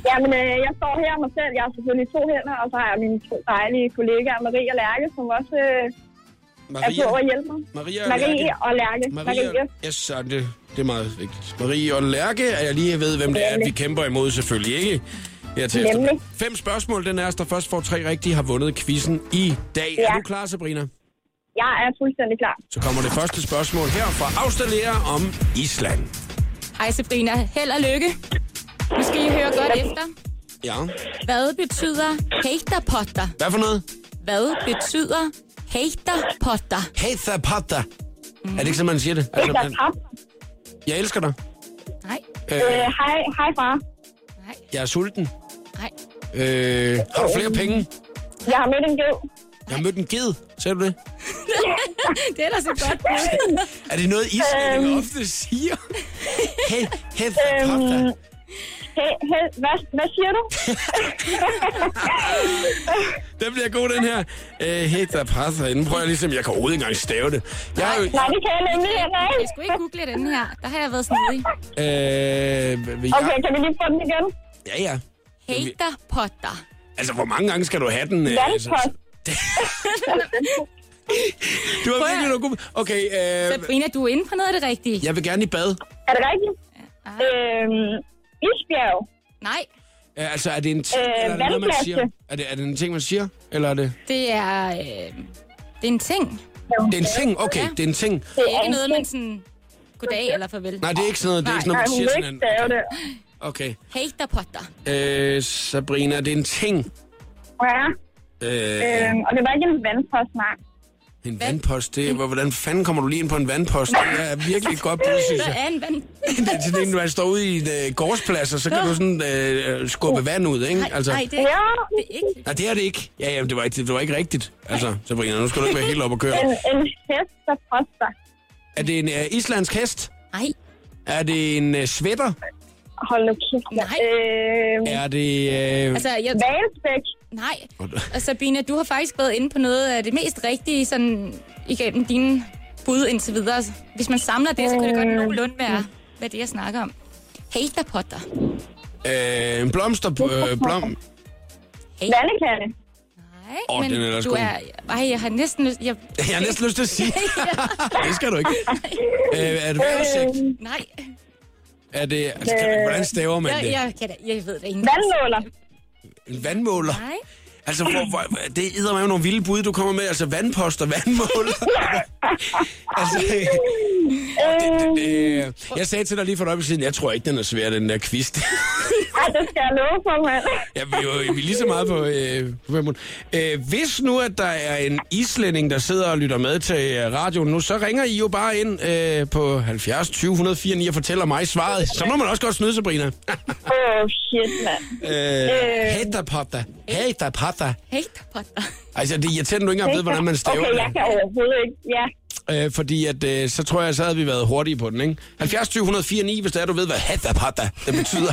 Jamen, øh, jeg står her mig selv. Jeg har selvfølgelig to hænder, og så har jeg mine to dejlige kollegaer, Marie og Lærke, som også øh, er på at hjælpe mig.
Maria og
Marie
Lærke.
og Lærke. Marie.
Maria, ja, så det, det er meget vigtigt. Marie og Lærke, at jeg lige ved, hvem det er, vi kæmper imod selvfølgelig, ikke? Her til
Nemlig.
eftermiddag. Fem spørgsmål, den er, der først får tre rigtige, har vundet quizzen i dag. Ja. Er
Ja.
du klar, Sabrina?
Jeg er fuldstændig klar.
Så kommer det første spørgsmål her fra Australere om Island.
Hej Sabrina, held og lykke. Nu skal I høre godt efter.
Ja.
Hvad betyder haterpotter?
Hvad for noget?
Hvad betyder haterpotter?
Hathapata. Mm. Er det ikke sådan, man siger det?
Altså,
man, jeg elsker dig.
Nej.
Øh,
Øh, hej, hej far.
jeg er sulten.
Nej.
Øh, har du flere penge?
Jeg har mødt en ged.
Jeg har mødt en ged. Ser du det?
det er da så godt.
Er det noget, islændinge
Øhm.
ofte siger? Hey, Hathapata.
Hey, hey, hvad, hvad siger du?
Den bliver god, den her. Øh, helt der presser inden. Prøver jeg ligesom, jeg kan overhovedet ikke engang stave det. Jeg har
Nej, det kan jeg nemlig heller
Jeg
ikke.
skulle ikke google den her. Der har jeg været snedig.
jo... Øh,
Okay,
jeg,
kan vi lige få den igen?
ja, ja.
Haterpotter.
Altså, hvor mange gange skal du have den? øh, altså?
Vandpost.
Du har virkelig noget god... Okay, øh,
Sabrina, du er inde på noget af det rigtige.
jeg vil gerne i bad.
Er det rigtigt? Øhm, isbjerg.
Nej,
Øh, altså, er det en ting,
Øh,
eller er det noget, man
vandflaske.
siger? Er det, er det en ting, man siger? Eller er det...
det er... Øh, det er en ting.
Det er en ting, okay.
Ja.
Det er en ting.
Det er ikke noget, man sådan... Goddag eller farvel.
Nej, det er ikke sådan noget, det er ikke sådan
Nej,
noget, man
hun
siger
vil
til
ikke
hinanden.
stave det.
Okay.
Haterpotter.
Øh, Sabrina, det er en ting.
Ja,
Øh,
øhm, og det var ikke en vandpost, nej.
en vandpost. Det, er- hvordan fanden kommer du lige ind på en vandpost? Det er virkelig et godt bud, synes
Hvad
jeg.
er en vand?
Det er sådan en, man står ude i en øh, gårdsplads, og så kan du sådan øh, skubbe vand ud, ikke?
Nej,
Altså,
nej, det er ikke. Det er
Ja,
ikke.
nej, det er det ikke. Ja, ja, det var ikke, det var ikke rigtigt. Altså, Sabrina, nu skal du ikke være helt op og køre.
en, en hest, der poster.
Er det en øh, islandsk hest?
Nej,
Er det en øh, sweater?
Hold nu kæft. mand.
Nej.
Øhm,
Er det... Øh,
altså, jeg,
Valsbæk.
nej. Og Sabina, du har faktisk været inde på noget af det mest rigtige, sådan igennem dine bud indtil videre. Hvis man samler det, så kan det godt nogenlunde være, hvad det er, jeg snakker om. Haterpotter.
øh, en blomster... Øh, blom,
Vandekande.
Nej,
Åh, den er ellers
du
god.
er... Ej, jeg har næsten lyst... Jeg,
jeg har næsten lyst til at sige. det skal du ikke. Øh, er det vejrudsigt?
Øhm,
nej,
Er det... Altså, kan, hvordan staver man
jeg,
det?
jeg, kan da, jeg ved det ikke.
Vandmåler.
En vandmåler?
Nej,
Altså, hvor, hvor, det er med nogle vilde bud, du kommer med. Altså, vandposter, vandmåler. altså, øh, og det, det, øh, jeg sagde til dig lige for et øjeblik siden, jeg tror ikke, den er svær, den der quiz.
Ej, det skal jeg love for, mand.
ja, vi, er jo- vi er lige så meget på... Øh, på fem minutter. øh, hvis nu, at der er en islænding, der sidder og lytter med til øh, radioen nu, så ringer I jo bare ind øh, på 70 20 104 9 og fortæller mig svaret. Så må man også godt snyde, Sabrina. øh,
Åh, oh, shit, mand. Øh.
Hater potter. Hater potter.
Helt potter.
Altså, det er irriterende, du ikke engang ved, hvordan man staver
Okay, jeg kan overhovedet ikke. Ja,
det. Øh, fordi at, øh, så tror jeg, så havde vi været hurtige på den, ikke? 70 20 104 9, hvis det er, du ved, hvad hatapatta det betyder.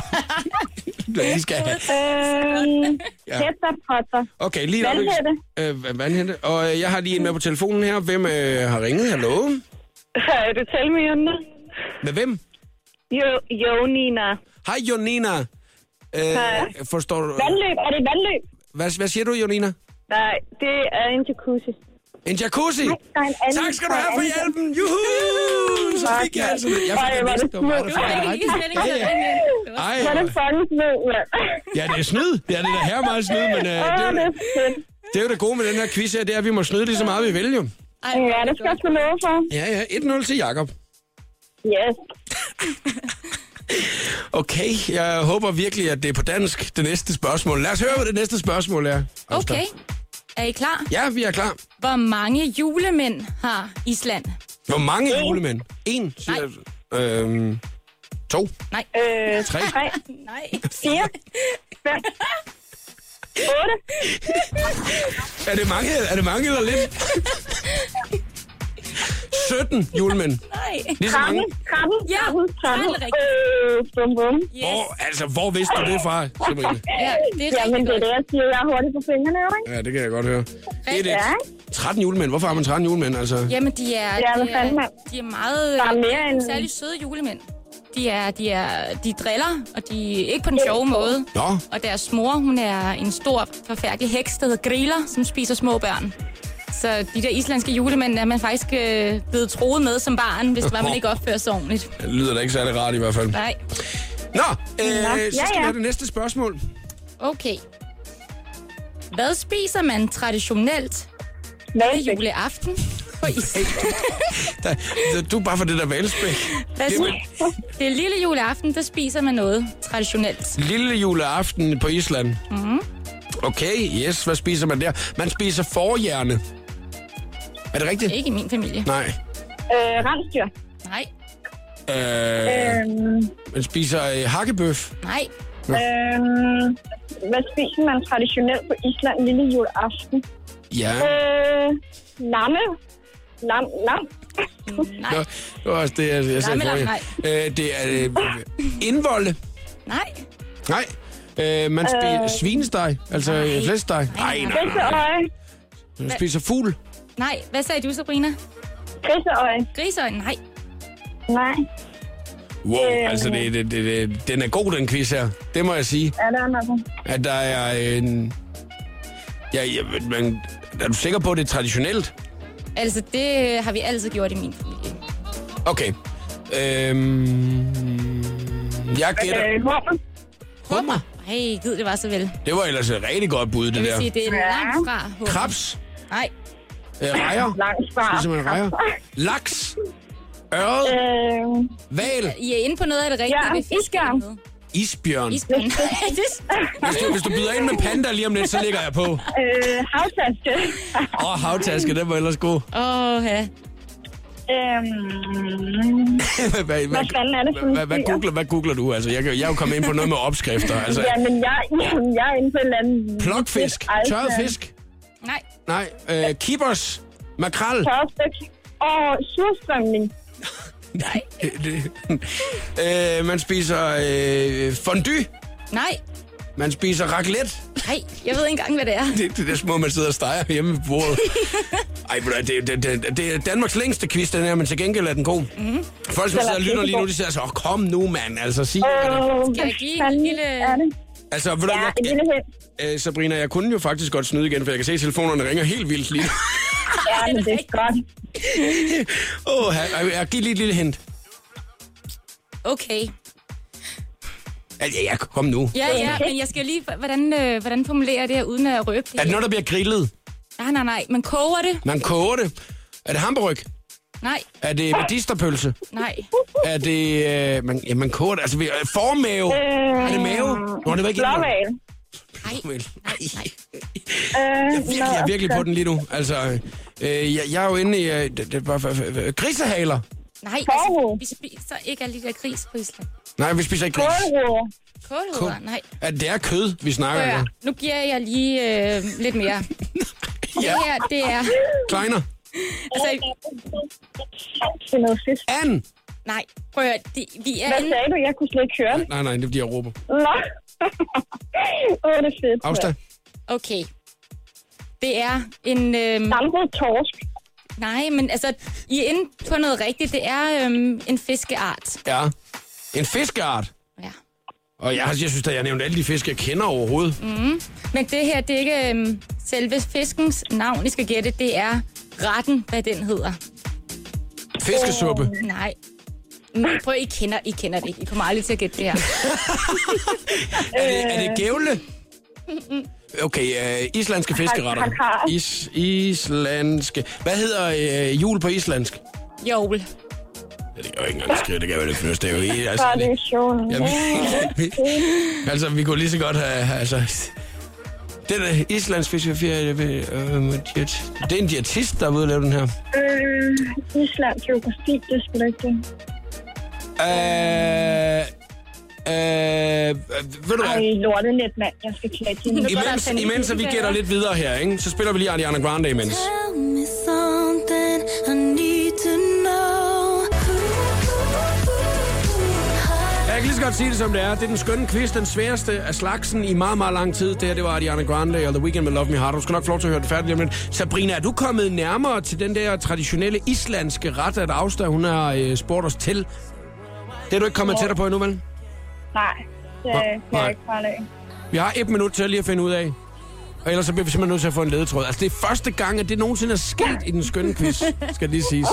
du lige skal have.
Øhm,
Ja.
Hætterpotter.
Okay, lige et øjeblik. Øh, hva- vandhætte. Og øh, jeg har lige en med på telefonen her. Hvem øh, har ringet? Hallo?
Er det talmyrende?
Med hvem?
Jo, jo, Nina.
Hej, Jonina.
Hej.
Øh, forstår du?
Vandløb, er det et vandløb?
Hvad, hvad siger du, Jonina?
Nej, det er en jacuzzi.
En jacuzzi?
Nej, der er en anden.
Tak skal du
Der er
have
en
for hjælpen.
anden.
Juhu! Så
Tak,
fik jeg
mand.
altså det. Jeg
Ej,
fik
hvor er
det
det
næste. Det var meget
smukt.
svært.
Det var ikke
islænding,
Ja, ja. Ej,
Hvor er det fucking snød, mand.
Ja, det er snyd. Ja, det er da her meget snyd, men øh, det, er
Åh,
jo,
det er fedt.
det er jo det gode med den her quiz her, det er, at vi må snyde lige så meget, vi vil jo.
Ej,
Ja, det skal jeg sgu love for.
Ja, ja. 1-0 til Jakob.
Yes.
Okay, jeg håber virkelig, at det er på dansk, det næste spørgsmål. Lad os høre, hvad det næste spørgsmål er. Asta.
Okay. Er I klar?
Ja, vi er klar.
Hvor mange julemænd har Island?
Hvor mange julemænd? En, siger jeg. Øhm, to.
Nej.
Øh,
Tre.
Nej.
Fire. Fem. Otte.
Er det mange, er det mange eller lidt? 17 julemænd.
Nej.
Lige så
Krabbe.
mange.
Krabbe.
Ja,
Krabbe. Krabbe.
det er rigtigt.
Øh, bum, bum.
Hvor, altså, hvor vidste du det fra, Sabrina?
Ja, det er
Jamen,
rigtig
det er
godt.
det, jeg siger. Jeg er hurtig på fingrene, jo, ikke?
Ja, det kan jeg godt høre. Det
Ja,
er
ikke?
det. 13 julemænd. Hvorfor har man 13 julemænd, altså?
Jamen, de er,
Ja, hvad
de,
fanden,
er,
mand.
de er meget øh,
Der er mere end-
særlig søde julemænd. De er, de er, de driller, og de er ikke på den sjove måde.
Nå,
Og deres mor, hun er en stor, forfærdelig heks, der hedder Griller, som spiser små børn. Så de der islandske julemænd er man faktisk øh, blevet troet med som barn, hvis det var, man ikke opfører sig ordentligt.
det lyder da ikke særlig rart i hvert fald.
Nej.
Nå, øh, så
Ja,
skal
ja.
vi have det næste spørgsmål.
Okay. Hvad spiser man traditionelt ved
Valgbæk.
juleaften på Island?
Der, der, du er bare for det der valgspæk.
Hvad
Jamen.
spiser- Det er lille juleaften, der spiser man noget traditionelt.
Lille juleaften på Island. Mm-hmm. Okay, yes. Hvad spiser man der? Man spiser forhjerne. Er det rigtigt?
Ikke i min familie.
Nej.
Øh, rensdyr.
Nej,
Øh,
Øhm,
man spiser øh, hakkebøf.
nej.
øhm, hvad spiser man traditionelt på Island lille juleaften?
Ja.
Øh, lamme. Lam, lam.
Nej,
Nå, det var også det, jeg, jeg sagde
Nej, men nej,
forrige. Øh, det er øh, indvolde.
nej.
Nej. Øh, man spiser øh, svinesteg, altså
nej.
øh, flæskesteg. Nej, nej, nej.
Grisseøje.
Man spiser fugl.
Nej, hvad sagde du, Sabrina?
Grisseøje.
Grisøjne? Nej.
Nej,
Wow, altså det, det, det, det, den er god, den quiz her. Det må jeg sige.
er der nok.
At der er en... Ja, ja, men man, er du sikker på, at det er traditionelt?
Altså, det har vi altid gjort i min familie.
Okay. Øhm, jeg gætter...
Øh, hummer.
Hummer.
Hey, gid det var så vel.
Det var ellers et rigtig godt bud,
Jeg
det
vil sige,
der.
det er langt fra hummer.
Krebs.
Nej,
Øh, rejer.
Langt fra.
Spiser man rejer? Laks. Øret.
Øh,
Val.
I er inde på noget af det rigtige.
Ja,
ved fisk
isbjørn.
eller noget.
Isbjørn.
Isbjørn. Nej, det
Hvis du, hvis du byder ind med panda lige om lidt, så ligger jeg på.
øh, havtaske.
Åh, oh, havtaske, den var ellers god.
Åh, ja.
Øhm,
hvad, hvad, hvad,
fanden er det for en
hvad, hvad,
stier?
googler, hvad googler du? Altså, jeg, kan- jeg er jo kommet ind på noget med opskrifter. Altså,
jamen, jeg, jamen, jeg er inde på en eller Altså, anden...
plukfisk. Tørret fisk.
Nej,
Nej, øh, kippers. Makrel.
Tørfisk. Og surstrømning.
Nej. øh, man spiser øh, fondue.
nej,
Man spiser raclette.
nej. Jeg ved ikke engang, hvad det er.
Det, det er det små, man sidder og steger hjemme på bordet. Ej, ved du hvad, det, det, det, det er Danmarks længste quiz, den her, men til gengæld er den
Mhm.
god. Mm-hmm. Folk, som sidder og lytter lige nu, de siger så, oh, kom nu, mand, altså sig.
Øh,
Skal jeg give en lille-
Er det?
Altså, ved du,
Ja,
jeg,
en lille hint.
Øh, Sabrina, jeg kunne jo faktisk godt snyde igen, for jeg kan se, at telefonerne ringer helt vildt lige nu.
Ja, men det er godt.
Åh, oh, jeg, jeg, giver lige et lille hint.
Okay.
Altså, Ja, ja, kom nu.
Ja, ja, men jeg skal lige... Hvordan, øh, hvordan formulerer jeg det her, uden at røbe det?
Er det noget, der bliver grillet?
Nej, nej, nej. Man koger det.
Man koger det. Er det hamburg?
Nej,
Er det medisterpølse?
nej.
Uh,
Er det... Øh, man, ja, man koger det. Altså, vi- øh, formave? Øh, er det mave? Nå, det var ikke
Blåval.
Nej,
nej.
Øh,
Jeg er virkelig, jeg er virkelig på den lige nu. Altså, øh, jeg, jeg er jo inde i... Øh, det, det, var- øh, grisehaler.
Nej, altså, vi spiser ikke alle de der gris på Island.
Nej, vi spiser ikke gris.
Kålhoveder, nej.
At det er kød, vi snakker
Prøv at
om.
høre. Nu giver jeg lige øh, lidt mere. Det her, det er...
Kleiner.
Altså,
Det er noget fisk.
Anne!
nej, prøv at høre. Det, vi er
Hvad
inde...
sagde du? Jeg kunne slet ikke høre det.
Nej, nej, det er fordi, jeg råber.
Nå. Åh, det er fedt.
Afstand.
Okay. Det er en... Øhm...
Saltet torsk.
Nej, men altså, I er inde på noget rigtigt. Det er øhm, en fiskeart.
Ja. En fiskeart.
Ja.
Og jeg, jeg synes da, jeg nævnte alle de fisk, jeg kender overhovedet.
Mm. Men det her, det er ikke øhm, selve fiskens navn, I skal gætte. Det er retten, hvad den hedder.
Fiskesuppe.
Nej. Men prøv, I kender, I kender det ikke. I kommer aldrig til at gætte det her.
Er det,
Øh.
er det gævle? Okay, øh, islandske fiskeretter.
Har- har- har.
Is, islandske. Hvad hedder øh, jul på islandsk?
Joel.
Ja, det kan jeg jo ikke engang skrive, det kan jeg jo ikke først. Det er jo ikke, altså, det,
Tradition.
altså, vi kunne lige så godt have, altså... Det der islandsk fiskeferie, øh, diæt- det er en diætist, der er ude at lave den her.
Øh, Island, geografi, det er sgu da ikke det.
Øh, øh, ved du
Ej,
hvad?
lortenet, mand. Jeg skal klæde din.
Imens, imens at vi gætter lidt videre her, ikke? så spiller vi lige Ariana Grande imens.
Tell me something I need to know.
Ja, Jeg kan lige så godt sige det, som det er. Det er den skønne quiz, den sværeste af slagsen i meget, meget lang tid. Det her, det var Ariana Grande og The Weeknd med Love Me Harder. Du skal nok få lov til at høre det færdigt lige om lidt. Sabrina, er du kommet nærmere til den der traditionelle islandske ret, at Afstad, hun har øh, spurgt os til? Det er du ikke kommet tættere på endnu, vel?
Nej, det
Nej,
kan
nej.
jeg ikke prale af.
Vi har et minut til lige at finde ud af. Og ellers så bliver vi simpelthen nødt til at få en ledetråd. Altså, det er første gang, at det nogensinde er sket i den skønne quiz, skal lige siges.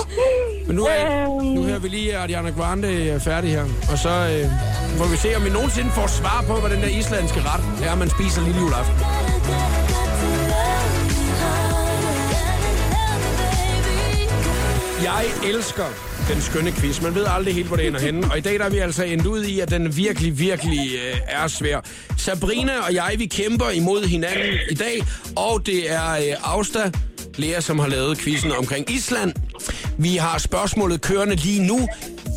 Men nu, er, nu hører vi lige Ariana Grande øh, færdig her. Og så øh, får vi se, om vi nogensinde får svar på, hvad den der islandske ret er, man spiser lille juleaften. Jeg elsker den skønne quiz. Man ved aldrig helt, hvor det ender henne. Og i dag der er vi altså endt ud i, at den virkelig, virkelig øh, er svær. Sabrina og jeg, vi kæmper imod hinanden i dag. Og det er øh, Austa, Lea, som har lavet quizzen omkring Island. Vi har spørgsmålet kørende lige nu.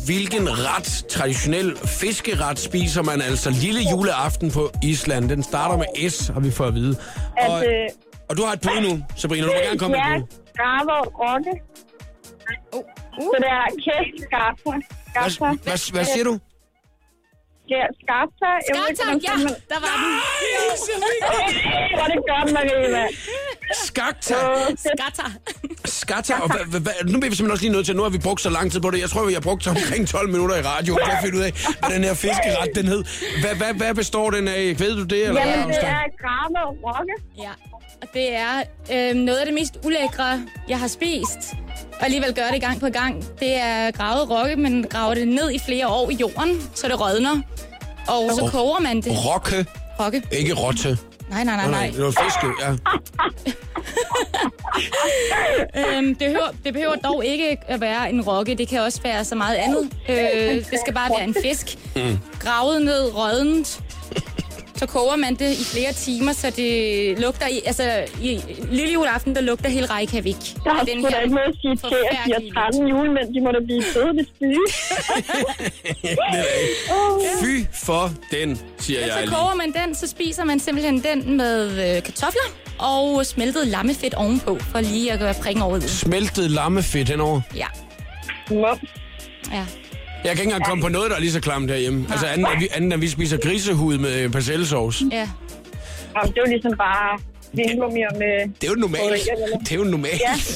Hvilken ret, traditionel fiskeret, spiser man altså lille juleaften på Island? Den starter med S, har vi fået at vide.
At,
Og,
øh,
og du har et bud nu, Sabrina. Du må gerne komme med
ja,
et bud.
graver rotte. Så det er kæft, skarpa. Skarpa.
Hvad, hvad, hvad siger du?
Ja, skarpa. Jeg ved ikke,
Skarta, ja,
hvordan man-
der var den.
Hvor er det godt, Marie, mand.
Skakta.
Åh, fedt.
Skata.
Skata. Og hva, hva, hva, nu bliver vi simpelthen også lige nødt til, nu har vi brugt så lang tid på det. Jeg tror, vi har brugt omkring 12 minutter i radio, for at finde ud af, hvad den her fiskeret, den hed. Hvad, hvad, hvad består den af? Ved du det? Eller
Jamen,
hvad,
det
Augusta?
er graver rotte.
Ja, og det er øh, noget af det mest ulækre, jeg har spist. Og alligevel gør det gang på gang. Det er gravet rokke, men graver det ned i flere år i jorden, så det rødner. Og så
Åh.
koger man det.
Rokke,
Rokke.
ikke rotte.
Nej, nej, nej,
Nå,
nej.
Det var fiske, ja.
Øhm, det, behøver, det behøver dog ikke at være en rokke. Det kan også være så meget andet. Øh, det skal bare være en fisk.
Mm.
Gravet ned, rødent. Så koger man det i flere timer, så det lugter i... Altså, i lille juleaften, der lugter hele Reykjavik.
Der har
af den
sgu da
her
ikke noget at sige til, at de har
forfærdelige
13 julemænd. De må da blive fede, hvis de
Fy for den, siger jeg
Så
lige.
koger man den, så spiser man simpelthen den med øh, kartofler og smeltet lammefedt ovenpå, for lige at gøre prikken over i.
Smeltet lammefedt henover.
Ja.
Mums.
Ja.
Jeg kan ikke engang komme på noget, der er lige så klamt derhjemme. Altså anden, at vi, anden, at vi spiser grisehud med øh, persillesauce.
ja.
Jamen, det er jo ligesom bare øh, vingummier med...
Det er jo normalt. Det er jo normalt.
Ja.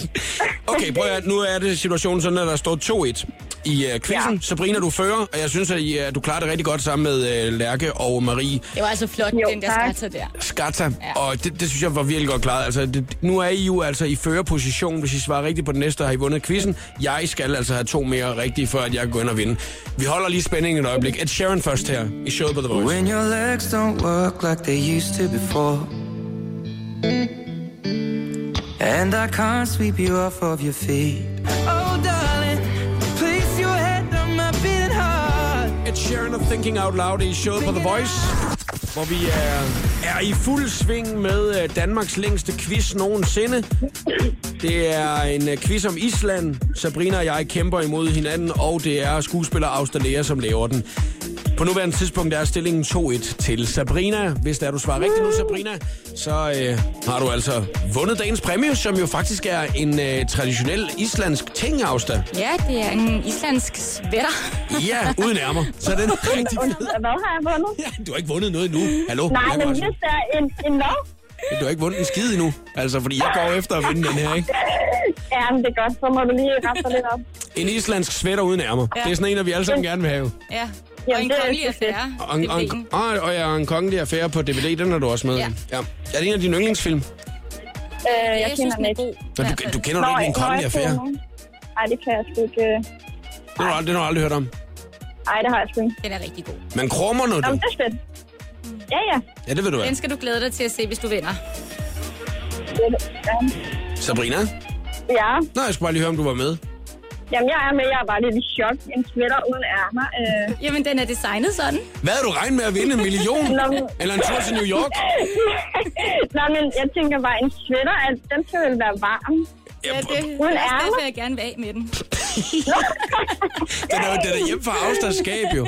Okay, prøv at høre, nu er det situationen sådan, at der står 2-1. i øh, quizzen. Ja. Sabrina, du fører, og jeg synes, at, I, øh, du klarer det rigtig godt sammen med øh, Lærke og Marie
Det var altså flot, jo, den der skatter der.
Skata. Ja. Og det, det, synes jeg var virkelig godt klaret. Altså, det, nu er I jo altså i førerposition. Hvis I svarer rigtigt på den næste, har I vundet quizzen. Jeg skal altså have to mere rigtige, før at jeg kan gå ind og vinde. Vi holder lige spændingen et øjeblik. Ed Sharon først her i showet på The Voice.
When your legs don't work like they used to before. And I can't sweep you off of your feet.
Oh, darling, place your head on my beating heart.
Ed Sharon of Thinking Out Loud i showet på The Voice, hvor vi er, er i fuld sving med øh, Danmarks længste quiz nogensinde. Det er en øh, quiz om Island. Sabrina og jeg kæmper imod hinanden, og det er skuespiller Australea, som laver den. På nuværende tidspunkt er stillingen 2-1 til Sabrina. Hvis der du svarer rigtigt nu, Sabrina, så øh, har du altså vundet dagens præmie, som jo faktisk er en øh, traditionel islandsk ting, Austa.
Ja, det er en islandsk sweater.
Ja, uden ærmer. Så den er rigtig fed.
Hvad har jeg vundet?
Du har ikke vundet noget endnu. Hallo?
Nej,
Jeg
men
går altså-
hvis der er en, en lov,
Du har ikke vundet en skid endnu. Altså, fordi jeg går efter at vinde den her, ikke?
ja, men det er godt, så må du lige rette dig lidt op.
Øh,
En islandsk sweater uden ærmer.
Ja.
Det er sådan en, at vi alle sammen gerne vil have.
Ja.
Jamen,
Og en
det er
kongelig
så fedt.
affære.
Og en, og, en, og, og, ja, og en kongelig affære på DVD, den har du også med.
Ja.
ja. Er det en af dine yndlingsfilm?
Øh, jeg,
synes,
kender
den
den
er
ikke.
Nå, du, du kender
Nå,
du ikke en
nå,
kongelig
jeg
affære?
kender den. Ej, det kan jeg sgu ikke. øh.
Det har, du, aldrig- den har du aldrig hørt om.
Ej, det har jeg sgu ikke.
Den er rigtig god.
Men krummer nu,
Nå,
du.
men det er fedt. Ja, ja.
Ja, det ved du
Den
hvad.
skal du glæde dig til at se, hvis du vinder.
Det er det. Ja.
Sabrina?
ja.
Nå, jeg skulle bare lige høre, om du var med.
Jamen, jeg er med. Jeg er bare lidt i chok. En sweater uden ærmer. Øh.
Jamen, den er designet sådan.
Hvad havde du regnet med at vinde? En million?
Nå, men-
Eller en tur til New York?
Nå, men jeg tænker bare, en sweater, at den skal vel være varm.
Ja, det er
Uden
også
ærmer.
derfor, jeg gerne vil af med den.
Den er, jo- den er hjemme fra Austas skab, jo.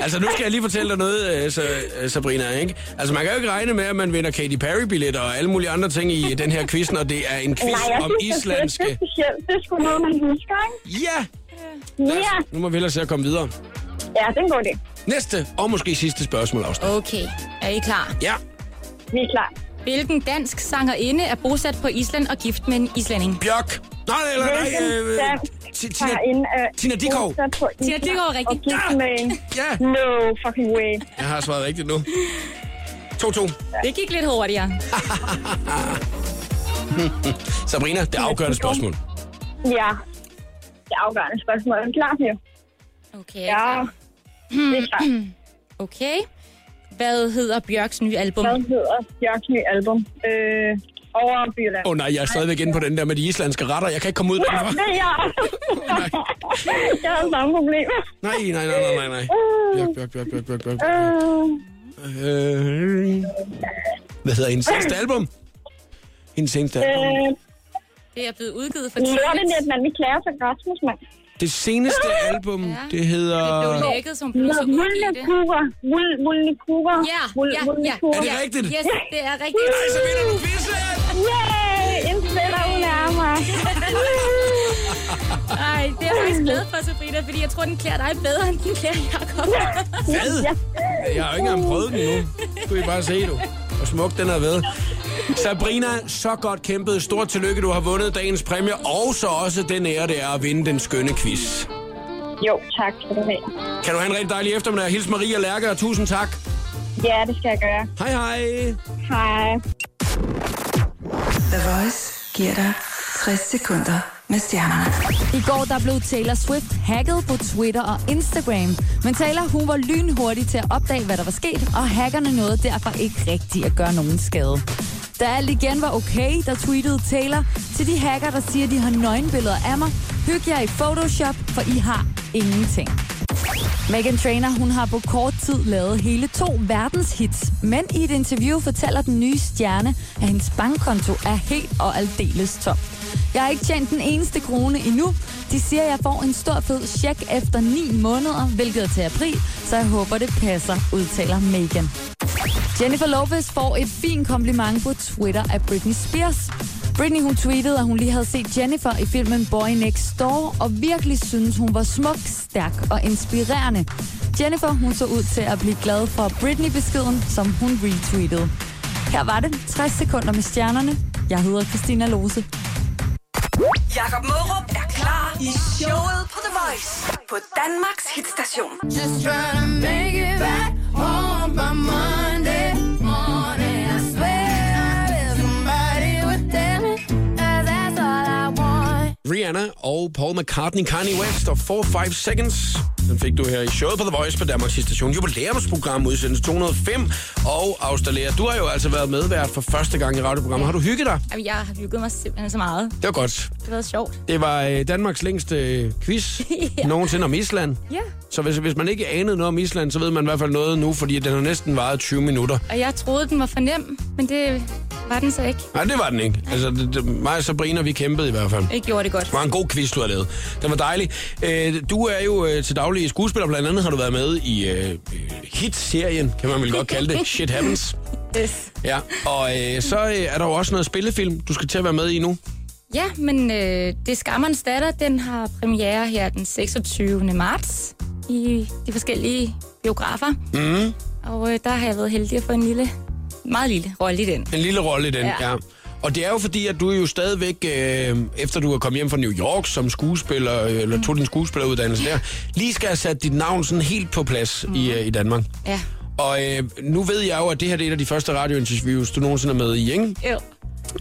Altså, nu skal jeg lige fortælle dig noget, øh, så, øh, Sabrina, ikke? Altså, man kan jo ikke regne med, at man vinder Katy Perry-billetter og alle mulige andre ting i den her quiz, når det er en quiz
Nej, jeg
om
synes, det er fedt. Det
islandske...
er specielt. Det er sgu noget, man husker, ikke?
Ja! Altså,
Ja,
Nu må vi hellere se at komme videre.
ja det er en god idé.
Næste, og måske sidste spørgsmål, Austa.
Okay, er I klar?
Ja,
Vi er klar.
Hvilken dansk sangerinde er bosat på Island og gift med en islænding?
Bjørk! Nej, eller nej,
Hvilken
øh,
dansk
Ti- Tina-
sangerinde er
Tina Dickow. Ah!
bosat øh, på Island
Tina Dickow er rigtig.
Og gift med en...
Ja.
No fucking way.
Jeg har svaret rigtigt nu. 2-2.
Det gik lidt hurtigere.
Sabrina, det afgørende spørgsmål.
Ja. Det er afgørende spørgsmål. Er du klar, Pio?
Okay,
Ja. Det er
Hmm.
klart.
okay. Hvad hedder Bjørks nye album?
Hvad hedder Bjørks nye album? Øh, over Byland.
Åh oh, nej, jeg er stadigvæk inde på den der med de islandske retter. Jeg kan ikke komme ud
Ja,
af den.
det er jeg. jeg har samme problem.
Nej, nej, nej, nej, nej, nej. Bjørk, Bjørk, Bjørk, Bjørk, Bjørk, Bjørk.
Øh,
Øh, hvad hedder hendes seneste album? Hendes seneste album.
øh,
Det er blevet udgivet for
Lortenet,
tidligt.
mand. Vi klager sig Rasmus, mand.
Det seneste album, det hedder...
Det blev lækket som plus og udgivet det.
Vulnekura. Vulnekura.
Ja, ja, ja.
Er det rigtigt?
Yes, det er rigtigt.
Nej, så vinder du quizzen!
Yay! En spiller hun er mig.
Nej, det er jeg faktisk glad for, Sabrina, fordi jeg tror, den klæder dig bedre, end den klæder Jacob.
Hvad? Jeg har jo ikke engang prøvet den endnu. Skulle I bare se, du. Hvor smuk den har været. Sabrina, så godt kæmpet. Stort tillykke, du har vundet dagens præmie, og så også den ære, det er at vinde den skønne quiz.
Jo, tak skal du have.
Kan du have en rigtig dejlig eftermiddag. Hils Maria Lærke, og tusind tak.
Ja, det skal jeg gøre.
Hej hej.
Hej.
The Voice giver dig 60 sekunder med stjernerne.
I går der blev Taylor Swift hacket på Twitter og Instagram. Men Taylor hun var lynhurtig til at opdage, hvad der var sket, og hackerne nåede derfor ikke rigtigt at gøre nogen skade. Da alt igen var okay, der tweetede Taylor til de hacker, der siger, de har nøgenbilleder af mig. Hyg jer i Photoshop, for I har ingenting. Megan Trainor, hun har på kort tid lavet hele to verdenshits, men i et interview fortæller den nye stjerne, at hendes bankkonto er helt og aldeles tom. Jeg har ikke tjent den eneste krone endnu. De siger, at jeg får en stor fed check efter 9 måneder, hvilket er til april, så jeg håber, det passer, udtaler Megan. Jennifer Lopez får et fint kompliment på Twitter af Britney Spears. Britney hun tweetede, at hun lige havde set Jennifer i filmen Boy Next Door, og virkelig synes hun var smuk, stærk og inspirerende. Jennifer hun så ud til at blive glad for Britney-beskeden, som hun retweetede. Her var det 60 sekunder med stjernerne. Jeg hedder Christina Lose.
Jakob Mørup er klar i showet på The Voice. på Danmarks hitstation.
Just trying to make it back home by Monday morning. I swear I live somebody within me, 'cause that's all I want.
Rihanna og Paul McCartney, Kanye West og 4-5 Seconds. Den fik du her i showet på The Voice på Danmarks Station. Jubilæumsprogram udsendelse 205. Og Australere, du har jo altså været medvært for første gang i radioprogrammet. Har du hygget dig?
Jamen, jeg har hygget mig simpelthen så meget.
Det var godt.
Det har været sjovt.
Det var øh, Danmarks længste øh, quiz
Ja.
nogensinde om Island.
Ja.
Så hvis, hvis man ikke anede noget om Island, så ved man i hvert fald noget nu, fordi den har næsten varet 20 minutter.
Og jeg troede, den var for nem, men det var den så ikke.
Nej, det var den ikke. Altså, det, det, mig og Sabrina, vi kæmpede i hvert fald.
Ikke gjorde det godt.
Det var en god quiz, du har lavet. Den var dejlig. Øh, Du er jo øh, til daglig skuespiller, blandt andet har du været med i øh, øh, hit-serien, kan man vel godt kalde det. Shit Happens.
Yes.
Ja, og øh, så øh, er der jo også noget spillefilm, du skal til at være med i nu.
Ja, men øh, det er Skammerens Datter, den har premiere her den 26. marts i de forskellige biografer.
Mm.
Og øh, der har jeg været heldig at få en lille, meget lille rolle i den.
En lille rolle i den, ja.
Ja.
ja. Og det er jo fordi, at du er jo stadigvæk, øh, efter du er kommet hjem fra New York som skuespiller, øh, eller tog din skuespilleruddannelse der, lige skal have sat dit navn sådan helt på plads i, øh, i Danmark.
Ja.
Og øh, nu ved jeg jo, at det her det er et af de første radiointerviews, du nogensinde er med i, ikke?
Jo.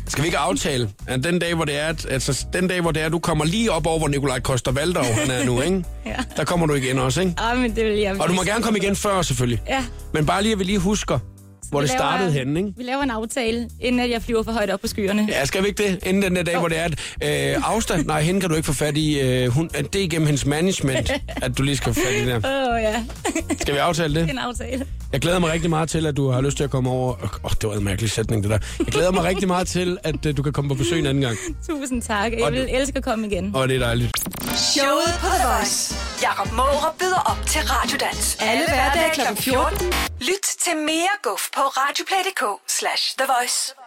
Skal vi ikke aftale, at den dag, hvor det er, at, altså, den dag, hvor det er, du kommer lige op over, hvor Nikolaj Koster Valdau han er nu, ikke?
Ja.
Der kommer du igen også, ikke?
Ah, men det vil jeg
Og du må gerne komme igen før, selvfølgelig.
Ja.
Men bare lige, at vi lige husker, hvor
Vi
det
laver-
startede henne, ikke?
Vi laver en aftale, inden at jeg flyver for højt op på skyerne.
Ja, skal vi ikke det? Inden den der dag, hvor det er, at øh, afstand, nej, hende kan du ikke få fat i. Øh, hun, at det er igennem hendes management, at du lige skal få fat i det der.
Åh, oh, ja.
Skal vi aftale det?
En aftale.
Jeg glæder mig rigtig meget til, at du har lyst til at komme over. Åh, oh, det var en mærkelig sætning, det der. Jeg glæder mig rigtig meget til, at øh, du kan komme på besøg en anden gang.
Tusind tak. Jeg
Og
vil
du-
elske at komme igen.
Og det er dejligt.
Showet på The Voice. Jakob Mårup byder op til Radiodans. Alle hverdage kl. 14. Lyt til mere guf på radioplay.dk slash The Voice.